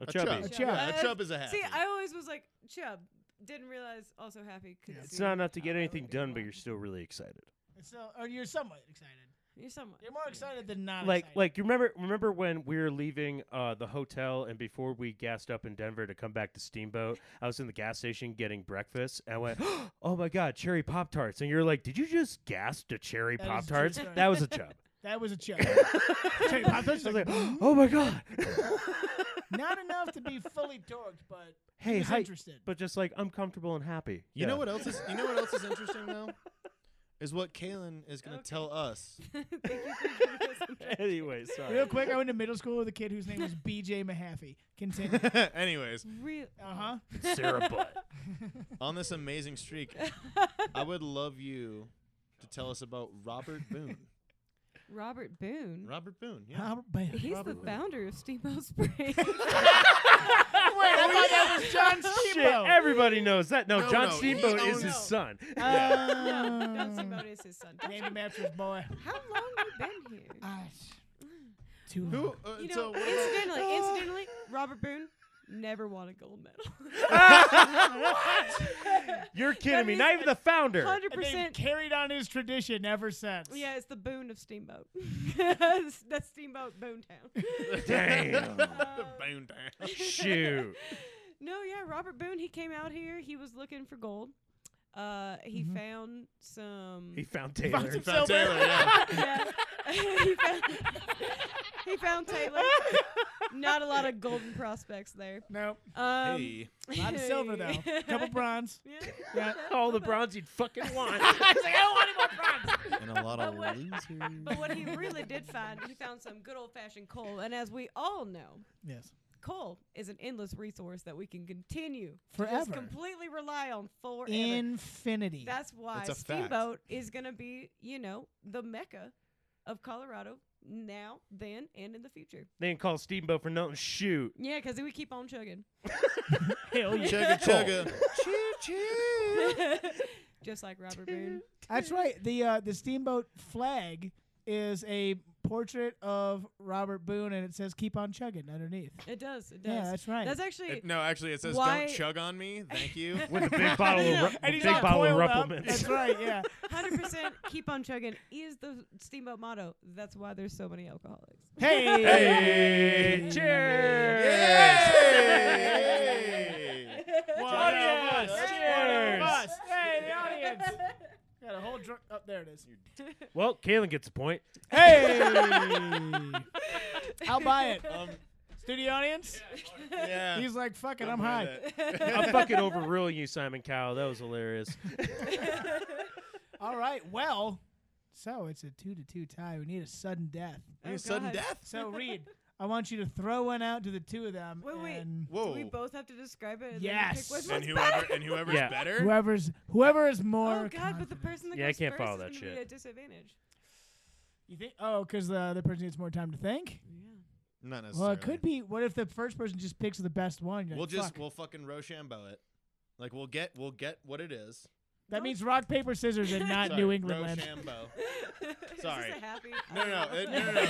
[SPEAKER 5] A
[SPEAKER 3] a
[SPEAKER 5] chubby.
[SPEAKER 3] chub.
[SPEAKER 2] A chub.
[SPEAKER 3] Yeah,
[SPEAKER 4] Uh,
[SPEAKER 3] a chub is a happy.
[SPEAKER 4] See, I always was like chub. Didn't realize also happy. Could
[SPEAKER 2] Yeah.
[SPEAKER 5] It's
[SPEAKER 4] see-
[SPEAKER 5] not enough to
[SPEAKER 4] oh,
[SPEAKER 5] get
[SPEAKER 4] that
[SPEAKER 5] anything
[SPEAKER 4] would be
[SPEAKER 5] done, but
[SPEAKER 4] one.
[SPEAKER 5] you're still really excited.
[SPEAKER 2] So, or you're somewhat excited.
[SPEAKER 4] you're someone.
[SPEAKER 2] You're more excited than not.
[SPEAKER 5] like
[SPEAKER 2] excited.
[SPEAKER 5] like you remember remember when we were leaving uh, the hotel and before we gassed up in Denver to come back to Steamboat, I was in the gas station getting breakfast and I went, *gasps* "Oh my god, cherry pop tarts!" And you're like, "Did you just gasp to cherry
[SPEAKER 2] That is
[SPEAKER 5] pop
[SPEAKER 2] a
[SPEAKER 5] tarts?"
[SPEAKER 2] true story.
[SPEAKER 5] That
[SPEAKER 2] *laughs*
[SPEAKER 5] was a chub.
[SPEAKER 2] that was a
[SPEAKER 3] *laughs*
[SPEAKER 2] chub.
[SPEAKER 5] I
[SPEAKER 2] Cherry Pop Tarts,
[SPEAKER 5] was like, *gasps*
[SPEAKER 2] like,
[SPEAKER 5] "Oh my god!" *laughs*
[SPEAKER 2] not enough to be fully dorked, but
[SPEAKER 5] *laughs* hey,
[SPEAKER 2] was
[SPEAKER 5] hi,
[SPEAKER 2] interested.
[SPEAKER 5] but just like I'm comfortable and happy. *laughs*
[SPEAKER 3] you know what else is you know what else is interesting though is what Kalen is gonna
[SPEAKER 4] Okay.
[SPEAKER 3] tell
[SPEAKER 4] *laughs*
[SPEAKER 3] us.
[SPEAKER 4] *laughs* Thank you for giving us some direction.
[SPEAKER 5] anyway, sorry.
[SPEAKER 2] Real quick, I went to middle school with a kid whose name was B.J. Mahaffey.
[SPEAKER 3] *laughs*
[SPEAKER 2] Continue. Uh-huh. uh
[SPEAKER 3] *laughs* Anyways,
[SPEAKER 4] Real.
[SPEAKER 2] huh.
[SPEAKER 5] Sarah Butt.
[SPEAKER 3] on this amazing streak, I would love you to tell us about Robert Boone.
[SPEAKER 4] *laughs* Robert Boone.
[SPEAKER 3] Robert Boone. Yeah.
[SPEAKER 2] Robert Bam.
[SPEAKER 4] He's
[SPEAKER 3] Robert
[SPEAKER 4] the
[SPEAKER 3] Boone.
[SPEAKER 4] founder of
[SPEAKER 3] *laughs*
[SPEAKER 4] Steamboat Springs. *laughs*
[SPEAKER 2] I thought that was John *laughs*
[SPEAKER 5] *laughs* Shit,
[SPEAKER 2] Steamboat.
[SPEAKER 5] every- everybody knows that. No,
[SPEAKER 3] No,
[SPEAKER 5] John
[SPEAKER 3] no, he
[SPEAKER 5] Steamboat is
[SPEAKER 4] owns-
[SPEAKER 5] his
[SPEAKER 3] *laughs*
[SPEAKER 5] son. *laughs*
[SPEAKER 4] no,
[SPEAKER 2] Um,
[SPEAKER 5] Uh.
[SPEAKER 4] no, Steamboat is his son.
[SPEAKER 2] Named him after his boy.
[SPEAKER 4] How long have you
[SPEAKER 3] *laughs*
[SPEAKER 4] been here?
[SPEAKER 2] Ah, too
[SPEAKER 3] Who?
[SPEAKER 2] long.
[SPEAKER 3] Uh,
[SPEAKER 4] You
[SPEAKER 3] so
[SPEAKER 4] know,
[SPEAKER 3] what about-
[SPEAKER 5] *laughs*
[SPEAKER 4] incidentally, incidentally, Robert Boone never won a gold medal.
[SPEAKER 5] You're
[SPEAKER 4] That
[SPEAKER 5] kidding me.
[SPEAKER 4] means
[SPEAKER 5] Not even the founder.
[SPEAKER 4] *laughs* Hundred
[SPEAKER 2] And they
[SPEAKER 4] percent.
[SPEAKER 2] carried on his tradition ever since.
[SPEAKER 4] Yeah, it's the Boone of
[SPEAKER 3] *laughs*
[SPEAKER 4] Steamboat. *laughs* That's Steamboat Uh, Boonetown.
[SPEAKER 5] Damn.
[SPEAKER 3] Boone Town.
[SPEAKER 5] Shoot.
[SPEAKER 4] No, yeah, Robert Boone. He came out here. He was looking for gold. Uh, he
[SPEAKER 2] Mhm.
[SPEAKER 4] found some. *laughs*
[SPEAKER 5] He found
[SPEAKER 2] Found
[SPEAKER 5] Taylor.
[SPEAKER 3] He
[SPEAKER 2] some
[SPEAKER 3] found
[SPEAKER 2] silver.
[SPEAKER 3] *laughs* Taylor, yeah.
[SPEAKER 4] *laughs* Yeah. he, found, he found Taylor. not a lot of golden prospects there.
[SPEAKER 2] Nope.
[SPEAKER 4] Um,
[SPEAKER 3] hey,
[SPEAKER 2] A lot of silver
[SPEAKER 4] *laughs*
[SPEAKER 2] though. A couple bronze.
[SPEAKER 4] Yeah.
[SPEAKER 2] Yeah.
[SPEAKER 5] *laughs* All the bronze you'd fucking want.
[SPEAKER 3] and a lot *laughs* of
[SPEAKER 4] but what- But
[SPEAKER 3] losers.
[SPEAKER 4] what he really did find, he found some good old fashioned coal. And as we all know,
[SPEAKER 2] Yes.
[SPEAKER 4] coal is an endless resource that we can continue to
[SPEAKER 2] Forever.
[SPEAKER 4] just completely rely on forever.
[SPEAKER 2] Infinity.
[SPEAKER 4] That's why
[SPEAKER 3] That's a fact.
[SPEAKER 4] Steamboat is going to be, you know, the mecca of Colorado now, then, and in the future.
[SPEAKER 5] they didn't call Steamboat for nothing. Shoot.
[SPEAKER 4] Yeah, 'cause we keep on chugging.
[SPEAKER 5] Hell yeah.
[SPEAKER 3] Chugga chugga.
[SPEAKER 4] *laughs* Just like Robert Boone.
[SPEAKER 2] That's right. The uh, the steamboat flag is a portrait of Robert Boone, and it says "Keep on chugging" underneath.
[SPEAKER 4] It does. It does.
[SPEAKER 2] Yeah, that's right.
[SPEAKER 4] That's actually.
[SPEAKER 6] It- no, actually, it says
[SPEAKER 4] Why-
[SPEAKER 6] "Don't chug on me." Thank
[SPEAKER 3] *laughs*
[SPEAKER 6] you.
[SPEAKER 5] With a big bottle of, ru-
[SPEAKER 2] And he's
[SPEAKER 5] big
[SPEAKER 2] all
[SPEAKER 5] bottle of
[SPEAKER 2] coiled up.
[SPEAKER 5] rumplements.
[SPEAKER 2] That's right.
[SPEAKER 5] *laughs*
[SPEAKER 2] Yeah.
[SPEAKER 3] *laughs*
[SPEAKER 4] Hundred percent. Keep on chugging is the steamboat motto. That's why there's so many
[SPEAKER 3] *laughs*
[SPEAKER 4] alcoholics.
[SPEAKER 2] Hey.
[SPEAKER 5] Hey, cheers!
[SPEAKER 3] Hey!
[SPEAKER 2] One
[SPEAKER 5] Audience,
[SPEAKER 2] of us. One
[SPEAKER 5] cheers.
[SPEAKER 2] of us. Hey, the audience. Got a whole drunk. Up there it is.
[SPEAKER 5] Well, Kalen gets a point.
[SPEAKER 3] *laughs*
[SPEAKER 2] Hey. I'll buy it.
[SPEAKER 3] Um,
[SPEAKER 2] Studio audience.
[SPEAKER 3] yeah.
[SPEAKER 2] He's like, "Fuck it,
[SPEAKER 3] don't
[SPEAKER 2] I'm
[SPEAKER 3] buy
[SPEAKER 2] high." Oh,
[SPEAKER 4] *laughs*
[SPEAKER 3] that.
[SPEAKER 5] I'm fucking overruling you, Simon Cowell. That was hilarious.
[SPEAKER 2] All right. Well, so it's a two to two tie. We need a sudden death.
[SPEAKER 3] Like a Oh, sudden
[SPEAKER 4] Oh, God.
[SPEAKER 3] death.
[SPEAKER 2] So Reed, I want you to throw one out to the two of them.
[SPEAKER 4] Wait, wait.
[SPEAKER 2] and
[SPEAKER 3] Whoa.
[SPEAKER 4] we both have to describe it. And
[SPEAKER 2] Yes.
[SPEAKER 4] Then we pick which
[SPEAKER 6] and
[SPEAKER 4] one's
[SPEAKER 6] whoever and whoever's
[SPEAKER 5] Yeah.
[SPEAKER 6] better.
[SPEAKER 2] Whoever's whoever is
[SPEAKER 4] Oh
[SPEAKER 2] more.
[SPEAKER 4] God! But the
[SPEAKER 2] confident.
[SPEAKER 4] person that
[SPEAKER 5] Yeah, I
[SPEAKER 4] goes
[SPEAKER 5] can't
[SPEAKER 4] first
[SPEAKER 5] follow
[SPEAKER 4] is
[SPEAKER 5] that
[SPEAKER 4] gonna
[SPEAKER 5] shit.
[SPEAKER 4] Be at disadvantage.
[SPEAKER 2] You think? Oh, because the the person gets more time to think.
[SPEAKER 3] Not necessarily.
[SPEAKER 2] Well, it could be. What if the first person just picks the best one? You're
[SPEAKER 3] We'll
[SPEAKER 2] like,
[SPEAKER 3] just
[SPEAKER 2] "Fuck."
[SPEAKER 3] we'll fucking Rochambeau it. Like we'll get we'll get what it is.
[SPEAKER 2] that means rock paper scissors
[SPEAKER 5] *laughs*
[SPEAKER 2] and not
[SPEAKER 3] Sorry,
[SPEAKER 2] New England land. *laughs*
[SPEAKER 3] Rochambeau.
[SPEAKER 4] *laughs* Is
[SPEAKER 3] Sorry.
[SPEAKER 4] this a happy?
[SPEAKER 3] No, no, uh, no,
[SPEAKER 4] *laughs*
[SPEAKER 3] no, no.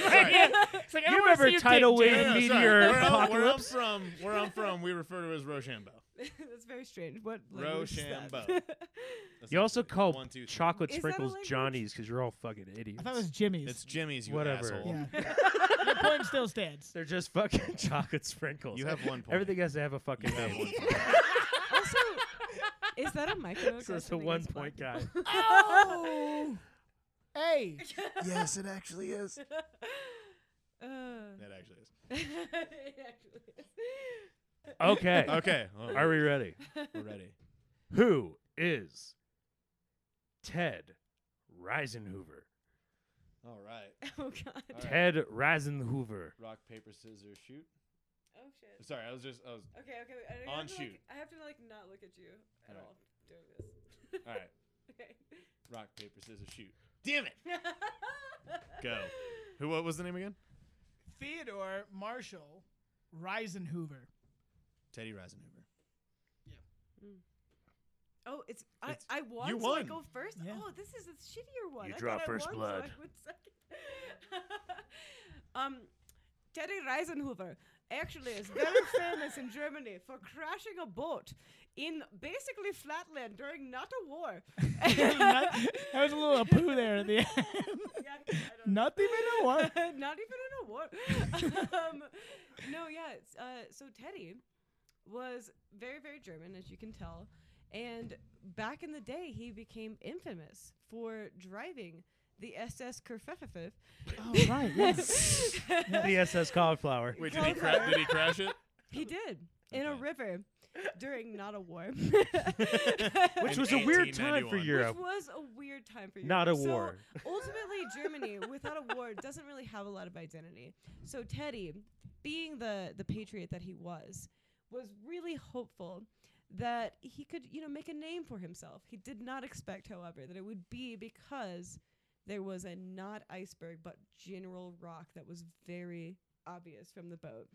[SPEAKER 3] Sorry.
[SPEAKER 5] you remember tidal
[SPEAKER 3] No,
[SPEAKER 5] wave
[SPEAKER 3] no, no, sorry.
[SPEAKER 5] meteor
[SPEAKER 3] Where I'm- Where I'm
[SPEAKER 5] apocalypse?
[SPEAKER 3] from, where I'm from, we refer to it as Rochambeau.
[SPEAKER 4] *laughs* That's very strange. What language is that?
[SPEAKER 3] Rochambeau.
[SPEAKER 5] You also
[SPEAKER 3] Essentially.
[SPEAKER 5] call
[SPEAKER 3] One, two, three.
[SPEAKER 5] chocolate
[SPEAKER 4] Is that a
[SPEAKER 5] sprinkles
[SPEAKER 4] language?
[SPEAKER 5] Johnnies because you're all fucking idiots.
[SPEAKER 2] I thought it was Jimmy's.
[SPEAKER 3] It's Jimmy's. You
[SPEAKER 5] Whatever.
[SPEAKER 3] asshole.
[SPEAKER 2] yeah. the point still stands.
[SPEAKER 5] *laughs* They're just fucking *laughs* chocolate sprinkles.
[SPEAKER 3] You have one point. *laughs*
[SPEAKER 5] Everything has to have a fucking
[SPEAKER 3] You have
[SPEAKER 5] name.
[SPEAKER 3] one point.
[SPEAKER 4] *laughs*
[SPEAKER 5] *laughs*
[SPEAKER 4] also, is that a micro?
[SPEAKER 5] So it's a one point guy.
[SPEAKER 4] *laughs*
[SPEAKER 2] Oh. hey.
[SPEAKER 3] yes, it actually is.
[SPEAKER 4] Uh, *laughs*
[SPEAKER 3] It actually is.
[SPEAKER 4] it actually is.
[SPEAKER 5] Okay.
[SPEAKER 3] Okay. well,
[SPEAKER 5] Are we ready?
[SPEAKER 3] we're ready.
[SPEAKER 5] Who is Ted Reisenhoover?
[SPEAKER 3] All right.
[SPEAKER 4] Oh God.
[SPEAKER 3] All right.
[SPEAKER 5] Ted Reisenhoover.
[SPEAKER 3] Rock, paper, scissors, shoot.
[SPEAKER 4] Oh shit.
[SPEAKER 3] Sorry, I was just. I was.
[SPEAKER 4] Okay, okay. wait, I
[SPEAKER 3] On
[SPEAKER 4] have to, like,
[SPEAKER 3] shoot.
[SPEAKER 4] I have to like not look at you at
[SPEAKER 3] Alright.
[SPEAKER 4] all doing this.
[SPEAKER 3] All right.
[SPEAKER 4] okay. *laughs*
[SPEAKER 3] Rock, paper, scissors, shoot. Damn it. Go. Who? What was the name again?
[SPEAKER 2] Theodore Marshall Reisenhoover.
[SPEAKER 3] Teddy Reisenhoover.
[SPEAKER 4] Oh, it's I.
[SPEAKER 3] It's-
[SPEAKER 4] I won.
[SPEAKER 3] you
[SPEAKER 4] so I
[SPEAKER 3] won.
[SPEAKER 4] go first.
[SPEAKER 2] Yeah.
[SPEAKER 4] Oh, this is a shittier one.
[SPEAKER 5] You
[SPEAKER 4] I
[SPEAKER 5] draw
[SPEAKER 4] thought I
[SPEAKER 5] first
[SPEAKER 4] won, so
[SPEAKER 5] blood.
[SPEAKER 4] *laughs* I went second. um, Teddy Reisenhofer actually is very famous in Germany for crashing a boat in basically flatland during not a war.
[SPEAKER 2] *laughs* that was a little poo there at the end.
[SPEAKER 4] *laughs* Yeah, I don't know.
[SPEAKER 2] Not even a
[SPEAKER 5] *laughs*
[SPEAKER 2] one.
[SPEAKER 4] *laughs* Not even in a war. *laughs* um, no, yeah. It's, uh, so Teddy was very, very German, as you can tell. And back in the day, he became infamous for driving the
[SPEAKER 5] *laughs*
[SPEAKER 4] SS Kerfefefef. *laughs*
[SPEAKER 2] Oh, right. Yes.
[SPEAKER 5] The SS Cauliflower.
[SPEAKER 3] Wait, did he, cra- did he crash it?
[SPEAKER 4] He did in a
[SPEAKER 3] Okay.
[SPEAKER 4] river during not
[SPEAKER 5] *laughs*
[SPEAKER 4] a war. *laughs*
[SPEAKER 5] Which
[SPEAKER 3] In
[SPEAKER 5] was a weird time for
[SPEAKER 3] 1891.
[SPEAKER 5] Europe.
[SPEAKER 4] Which was a weird time for you.
[SPEAKER 5] Not a
[SPEAKER 4] So,
[SPEAKER 5] war.
[SPEAKER 4] *laughs* ultimately, Germany without a war doesn't really have a lot of identity. So Teddy, being the the patriot that he was, was really hopeful that he could, you know, make a name for himself. He did not expect, however, that it would be because there was a not iceberg but general rock that was very obvious from the boat.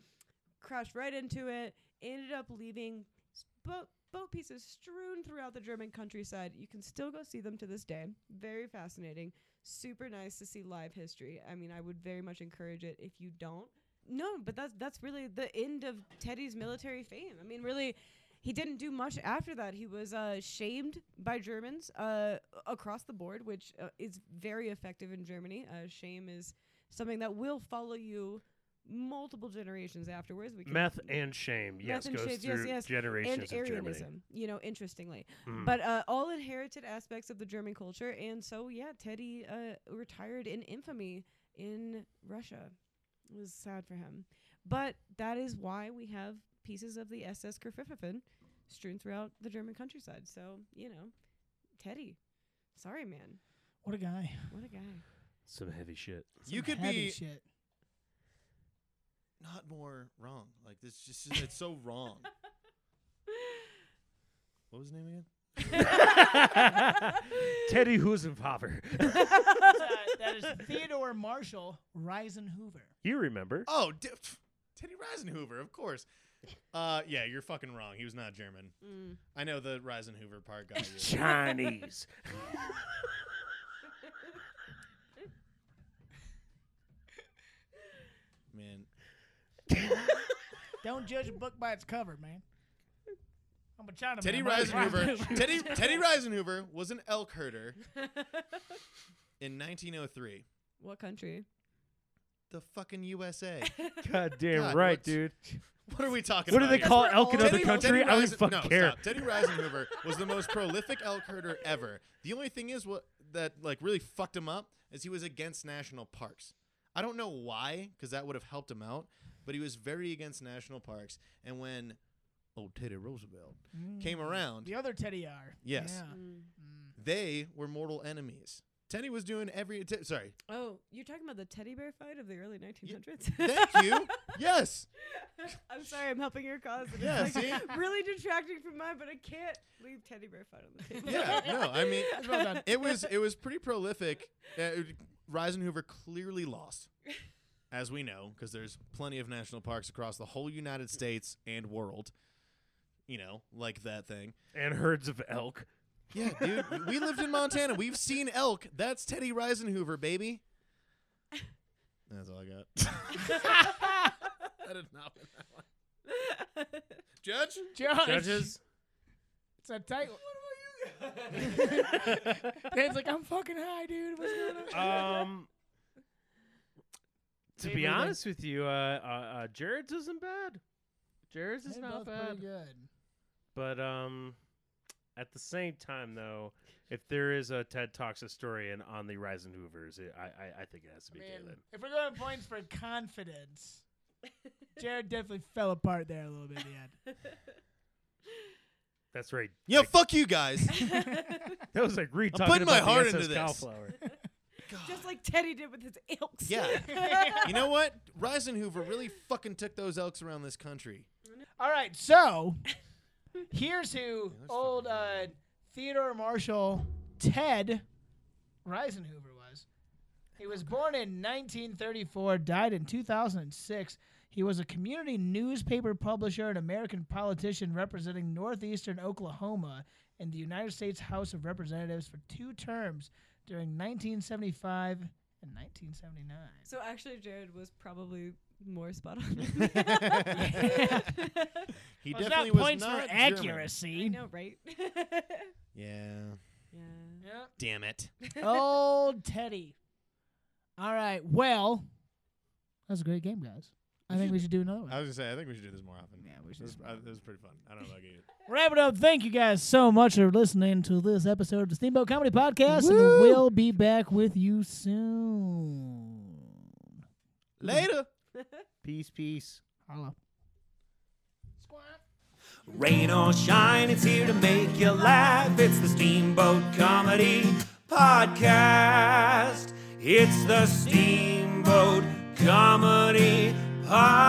[SPEAKER 4] Crashed right into it, ended up leaving s- boat boat pieces strewn throughout the German countryside. You can still go see them to this day. Very fascinating. Super nice to see live history. I mean, I would very much encourage it if you don't. No, but that's that's really the end of Teddy's military fame. I mean, really he didn't do much after that. He was uh, shamed by Germans uh, across the board, which uh, is very effective in Germany. Uh, shame is something that will follow you multiple generations afterwards. We can
[SPEAKER 5] Meth and shame. Yes,
[SPEAKER 4] and
[SPEAKER 5] goes
[SPEAKER 4] shame, yes,
[SPEAKER 5] through
[SPEAKER 4] yes. and
[SPEAKER 5] generations of Germany.
[SPEAKER 4] Arianism, you know, interestingly,
[SPEAKER 5] Mm.
[SPEAKER 4] but uh, all inherited aspects of the German culture, and so yeah, Teddy uh, retired in infamy in Russia. It was sad for him, But that is why we have pieces of the SS Kerfiffen strewn throughout the German countryside. So, you know, Teddy. Sorry, man.
[SPEAKER 2] What a guy.
[SPEAKER 4] What a guy.
[SPEAKER 5] Some heavy *laughs* shit.
[SPEAKER 3] *laughs* you
[SPEAKER 2] Some
[SPEAKER 3] could
[SPEAKER 2] heavy
[SPEAKER 3] be
[SPEAKER 2] shit.
[SPEAKER 3] not more wrong. Like this, just is- it's so wrong. What was his name again?
[SPEAKER 5] Teddy Husenpopper.
[SPEAKER 2] that is Theodore Marshall Reisenhoover.
[SPEAKER 5] *laughs* You remember?
[SPEAKER 3] Oh, D- pff, Teddy Reisenhoover, of course. Uh, yeah, you're fucking wrong. He was not German.
[SPEAKER 4] Mm.
[SPEAKER 3] I know the Reisenhoover part *laughs* got you.
[SPEAKER 5] Chinese.
[SPEAKER 3] Man,
[SPEAKER 2] Don't judge a book by its cover, man. I'm a Chinaman.
[SPEAKER 3] Teddy
[SPEAKER 2] I'm not a
[SPEAKER 3] Reisenhoover.
[SPEAKER 2] Chinaman.
[SPEAKER 3] Teddy Teddy Reisenhoover was an elk herder in 1903.
[SPEAKER 4] What country?
[SPEAKER 3] The fucking USA.
[SPEAKER 5] *laughs* God damn
[SPEAKER 3] God,
[SPEAKER 5] right,
[SPEAKER 3] what's-
[SPEAKER 5] dude.
[SPEAKER 3] What are we talking
[SPEAKER 5] What do
[SPEAKER 3] about?
[SPEAKER 5] they
[SPEAKER 3] here?
[SPEAKER 5] call elk in other
[SPEAKER 4] old.
[SPEAKER 3] Teddy-
[SPEAKER 5] country?
[SPEAKER 3] Teddy
[SPEAKER 5] I don't
[SPEAKER 3] Reisen-
[SPEAKER 5] fucking
[SPEAKER 3] no,
[SPEAKER 5] care.
[SPEAKER 3] Stop. Teddy Reisenhoover was the most prolific elk herder ever. The only thing is what that like really fucked him up is he was against national parks. I don't know why, because that would have helped him out, but he was very against national parks. And when old Teddy Roosevelt
[SPEAKER 2] Mm-hmm.
[SPEAKER 3] came around,
[SPEAKER 2] Mm. The other Teddy R.
[SPEAKER 3] Yes.
[SPEAKER 2] Yeah.
[SPEAKER 3] they were mortal enemies. Teddy was doing every t- sorry.
[SPEAKER 4] Oh, you're talking about the teddy bear fight of the early 1900s? *laughs*
[SPEAKER 2] *laughs*
[SPEAKER 3] Thank you. yes.
[SPEAKER 4] I'm sorry, I'm helping your cause. and
[SPEAKER 3] Yeah,
[SPEAKER 4] it's like
[SPEAKER 3] see?
[SPEAKER 4] really distracting from mine, but I can't leave teddy bear fight on the table.
[SPEAKER 3] Yeah.
[SPEAKER 4] *laughs*
[SPEAKER 3] No. I mean,
[SPEAKER 2] That's well done.
[SPEAKER 3] it was it was pretty prolific. Uh, it- Reisenhower clearly
[SPEAKER 2] *laughs*
[SPEAKER 3] lost, as we know, because there's plenty of national parks across the whole United States and world. You know, like that thing.
[SPEAKER 5] And herds of elk.
[SPEAKER 3] Yeah, dude. we lived in Montana. We've seen elk. That's Teddy Reisenhower, baby. That's all I got. *laughs* I did not win that one. Judge?
[SPEAKER 5] Mm.
[SPEAKER 2] Judge.
[SPEAKER 5] *laughs* Judges.
[SPEAKER 2] It's a tight Dan's like, I'm fucking high, dude. What's going
[SPEAKER 5] *laughs*
[SPEAKER 2] on?
[SPEAKER 5] Um. To
[SPEAKER 2] Maybe we
[SPEAKER 5] be
[SPEAKER 2] can-
[SPEAKER 5] honest with you, uh, uh, uh, Jared's isn't bad. Jared's is
[SPEAKER 2] They're
[SPEAKER 5] not
[SPEAKER 2] both pretty
[SPEAKER 5] bad.
[SPEAKER 2] good.
[SPEAKER 5] But um, at the same time, though, if there is a TED Talks historian on the Ryzen Hoovers, it, I, I I think it has to
[SPEAKER 2] I
[SPEAKER 5] be
[SPEAKER 2] mean,
[SPEAKER 5] Galen.
[SPEAKER 2] if we're going points for
[SPEAKER 5] *laughs*
[SPEAKER 2] confidence, Jared definitely fell apart there a little bit at the
[SPEAKER 5] That's right.
[SPEAKER 3] Yeah,
[SPEAKER 5] Like,
[SPEAKER 3] fuck you guys.
[SPEAKER 5] that was like re
[SPEAKER 3] I'm
[SPEAKER 5] talking
[SPEAKER 3] putting my
[SPEAKER 5] about the
[SPEAKER 3] heart into
[SPEAKER 5] SS
[SPEAKER 3] this.
[SPEAKER 5] Cauliflower.
[SPEAKER 4] Just like Teddy did with his elks.
[SPEAKER 3] Yeah.
[SPEAKER 2] end.
[SPEAKER 3] You know what? Reisenhower really fucking took those elks around this country.
[SPEAKER 2] All right, so here's who old uh, Theodore Marshall Ted Reisenhoover was. He was born in 1934, died in 2006. He was a community newspaper publisher and American politician representing northeastern Oklahoma in the United States House of Representatives for two terms during 1975 and 1979.
[SPEAKER 4] *laughs* So actually, Jared was probably more spot on. than me.
[SPEAKER 3] He
[SPEAKER 2] Well, it's
[SPEAKER 3] definitely
[SPEAKER 2] not
[SPEAKER 3] was
[SPEAKER 2] points
[SPEAKER 3] not
[SPEAKER 2] for
[SPEAKER 3] German.
[SPEAKER 2] accuracy.
[SPEAKER 4] *laughs*
[SPEAKER 3] *laughs*
[SPEAKER 4] I know, right?
[SPEAKER 3] Yeah.
[SPEAKER 4] yeah.
[SPEAKER 2] Yep.
[SPEAKER 3] Damn it.
[SPEAKER 2] Old Teddy. All right. Well, that was a great game, guys. I think we should do another one.
[SPEAKER 5] Uh,
[SPEAKER 3] was gonna say, I think we should do this more often.
[SPEAKER 2] Yeah, we should This- do this more uh,
[SPEAKER 3] was pretty fun. I don't know about you.
[SPEAKER 2] Wrap it up. Thank you guys so much for listening to this episode of the Steamboat Comedy Podcast, and we'll be back with you soon.
[SPEAKER 3] Later.
[SPEAKER 5] Peace, peace.
[SPEAKER 2] Holla.
[SPEAKER 1] Rain or shine, it's here to make you laugh. It's the Steamboat Comedy Podcast. It's the Steamboat Comedy Podcast.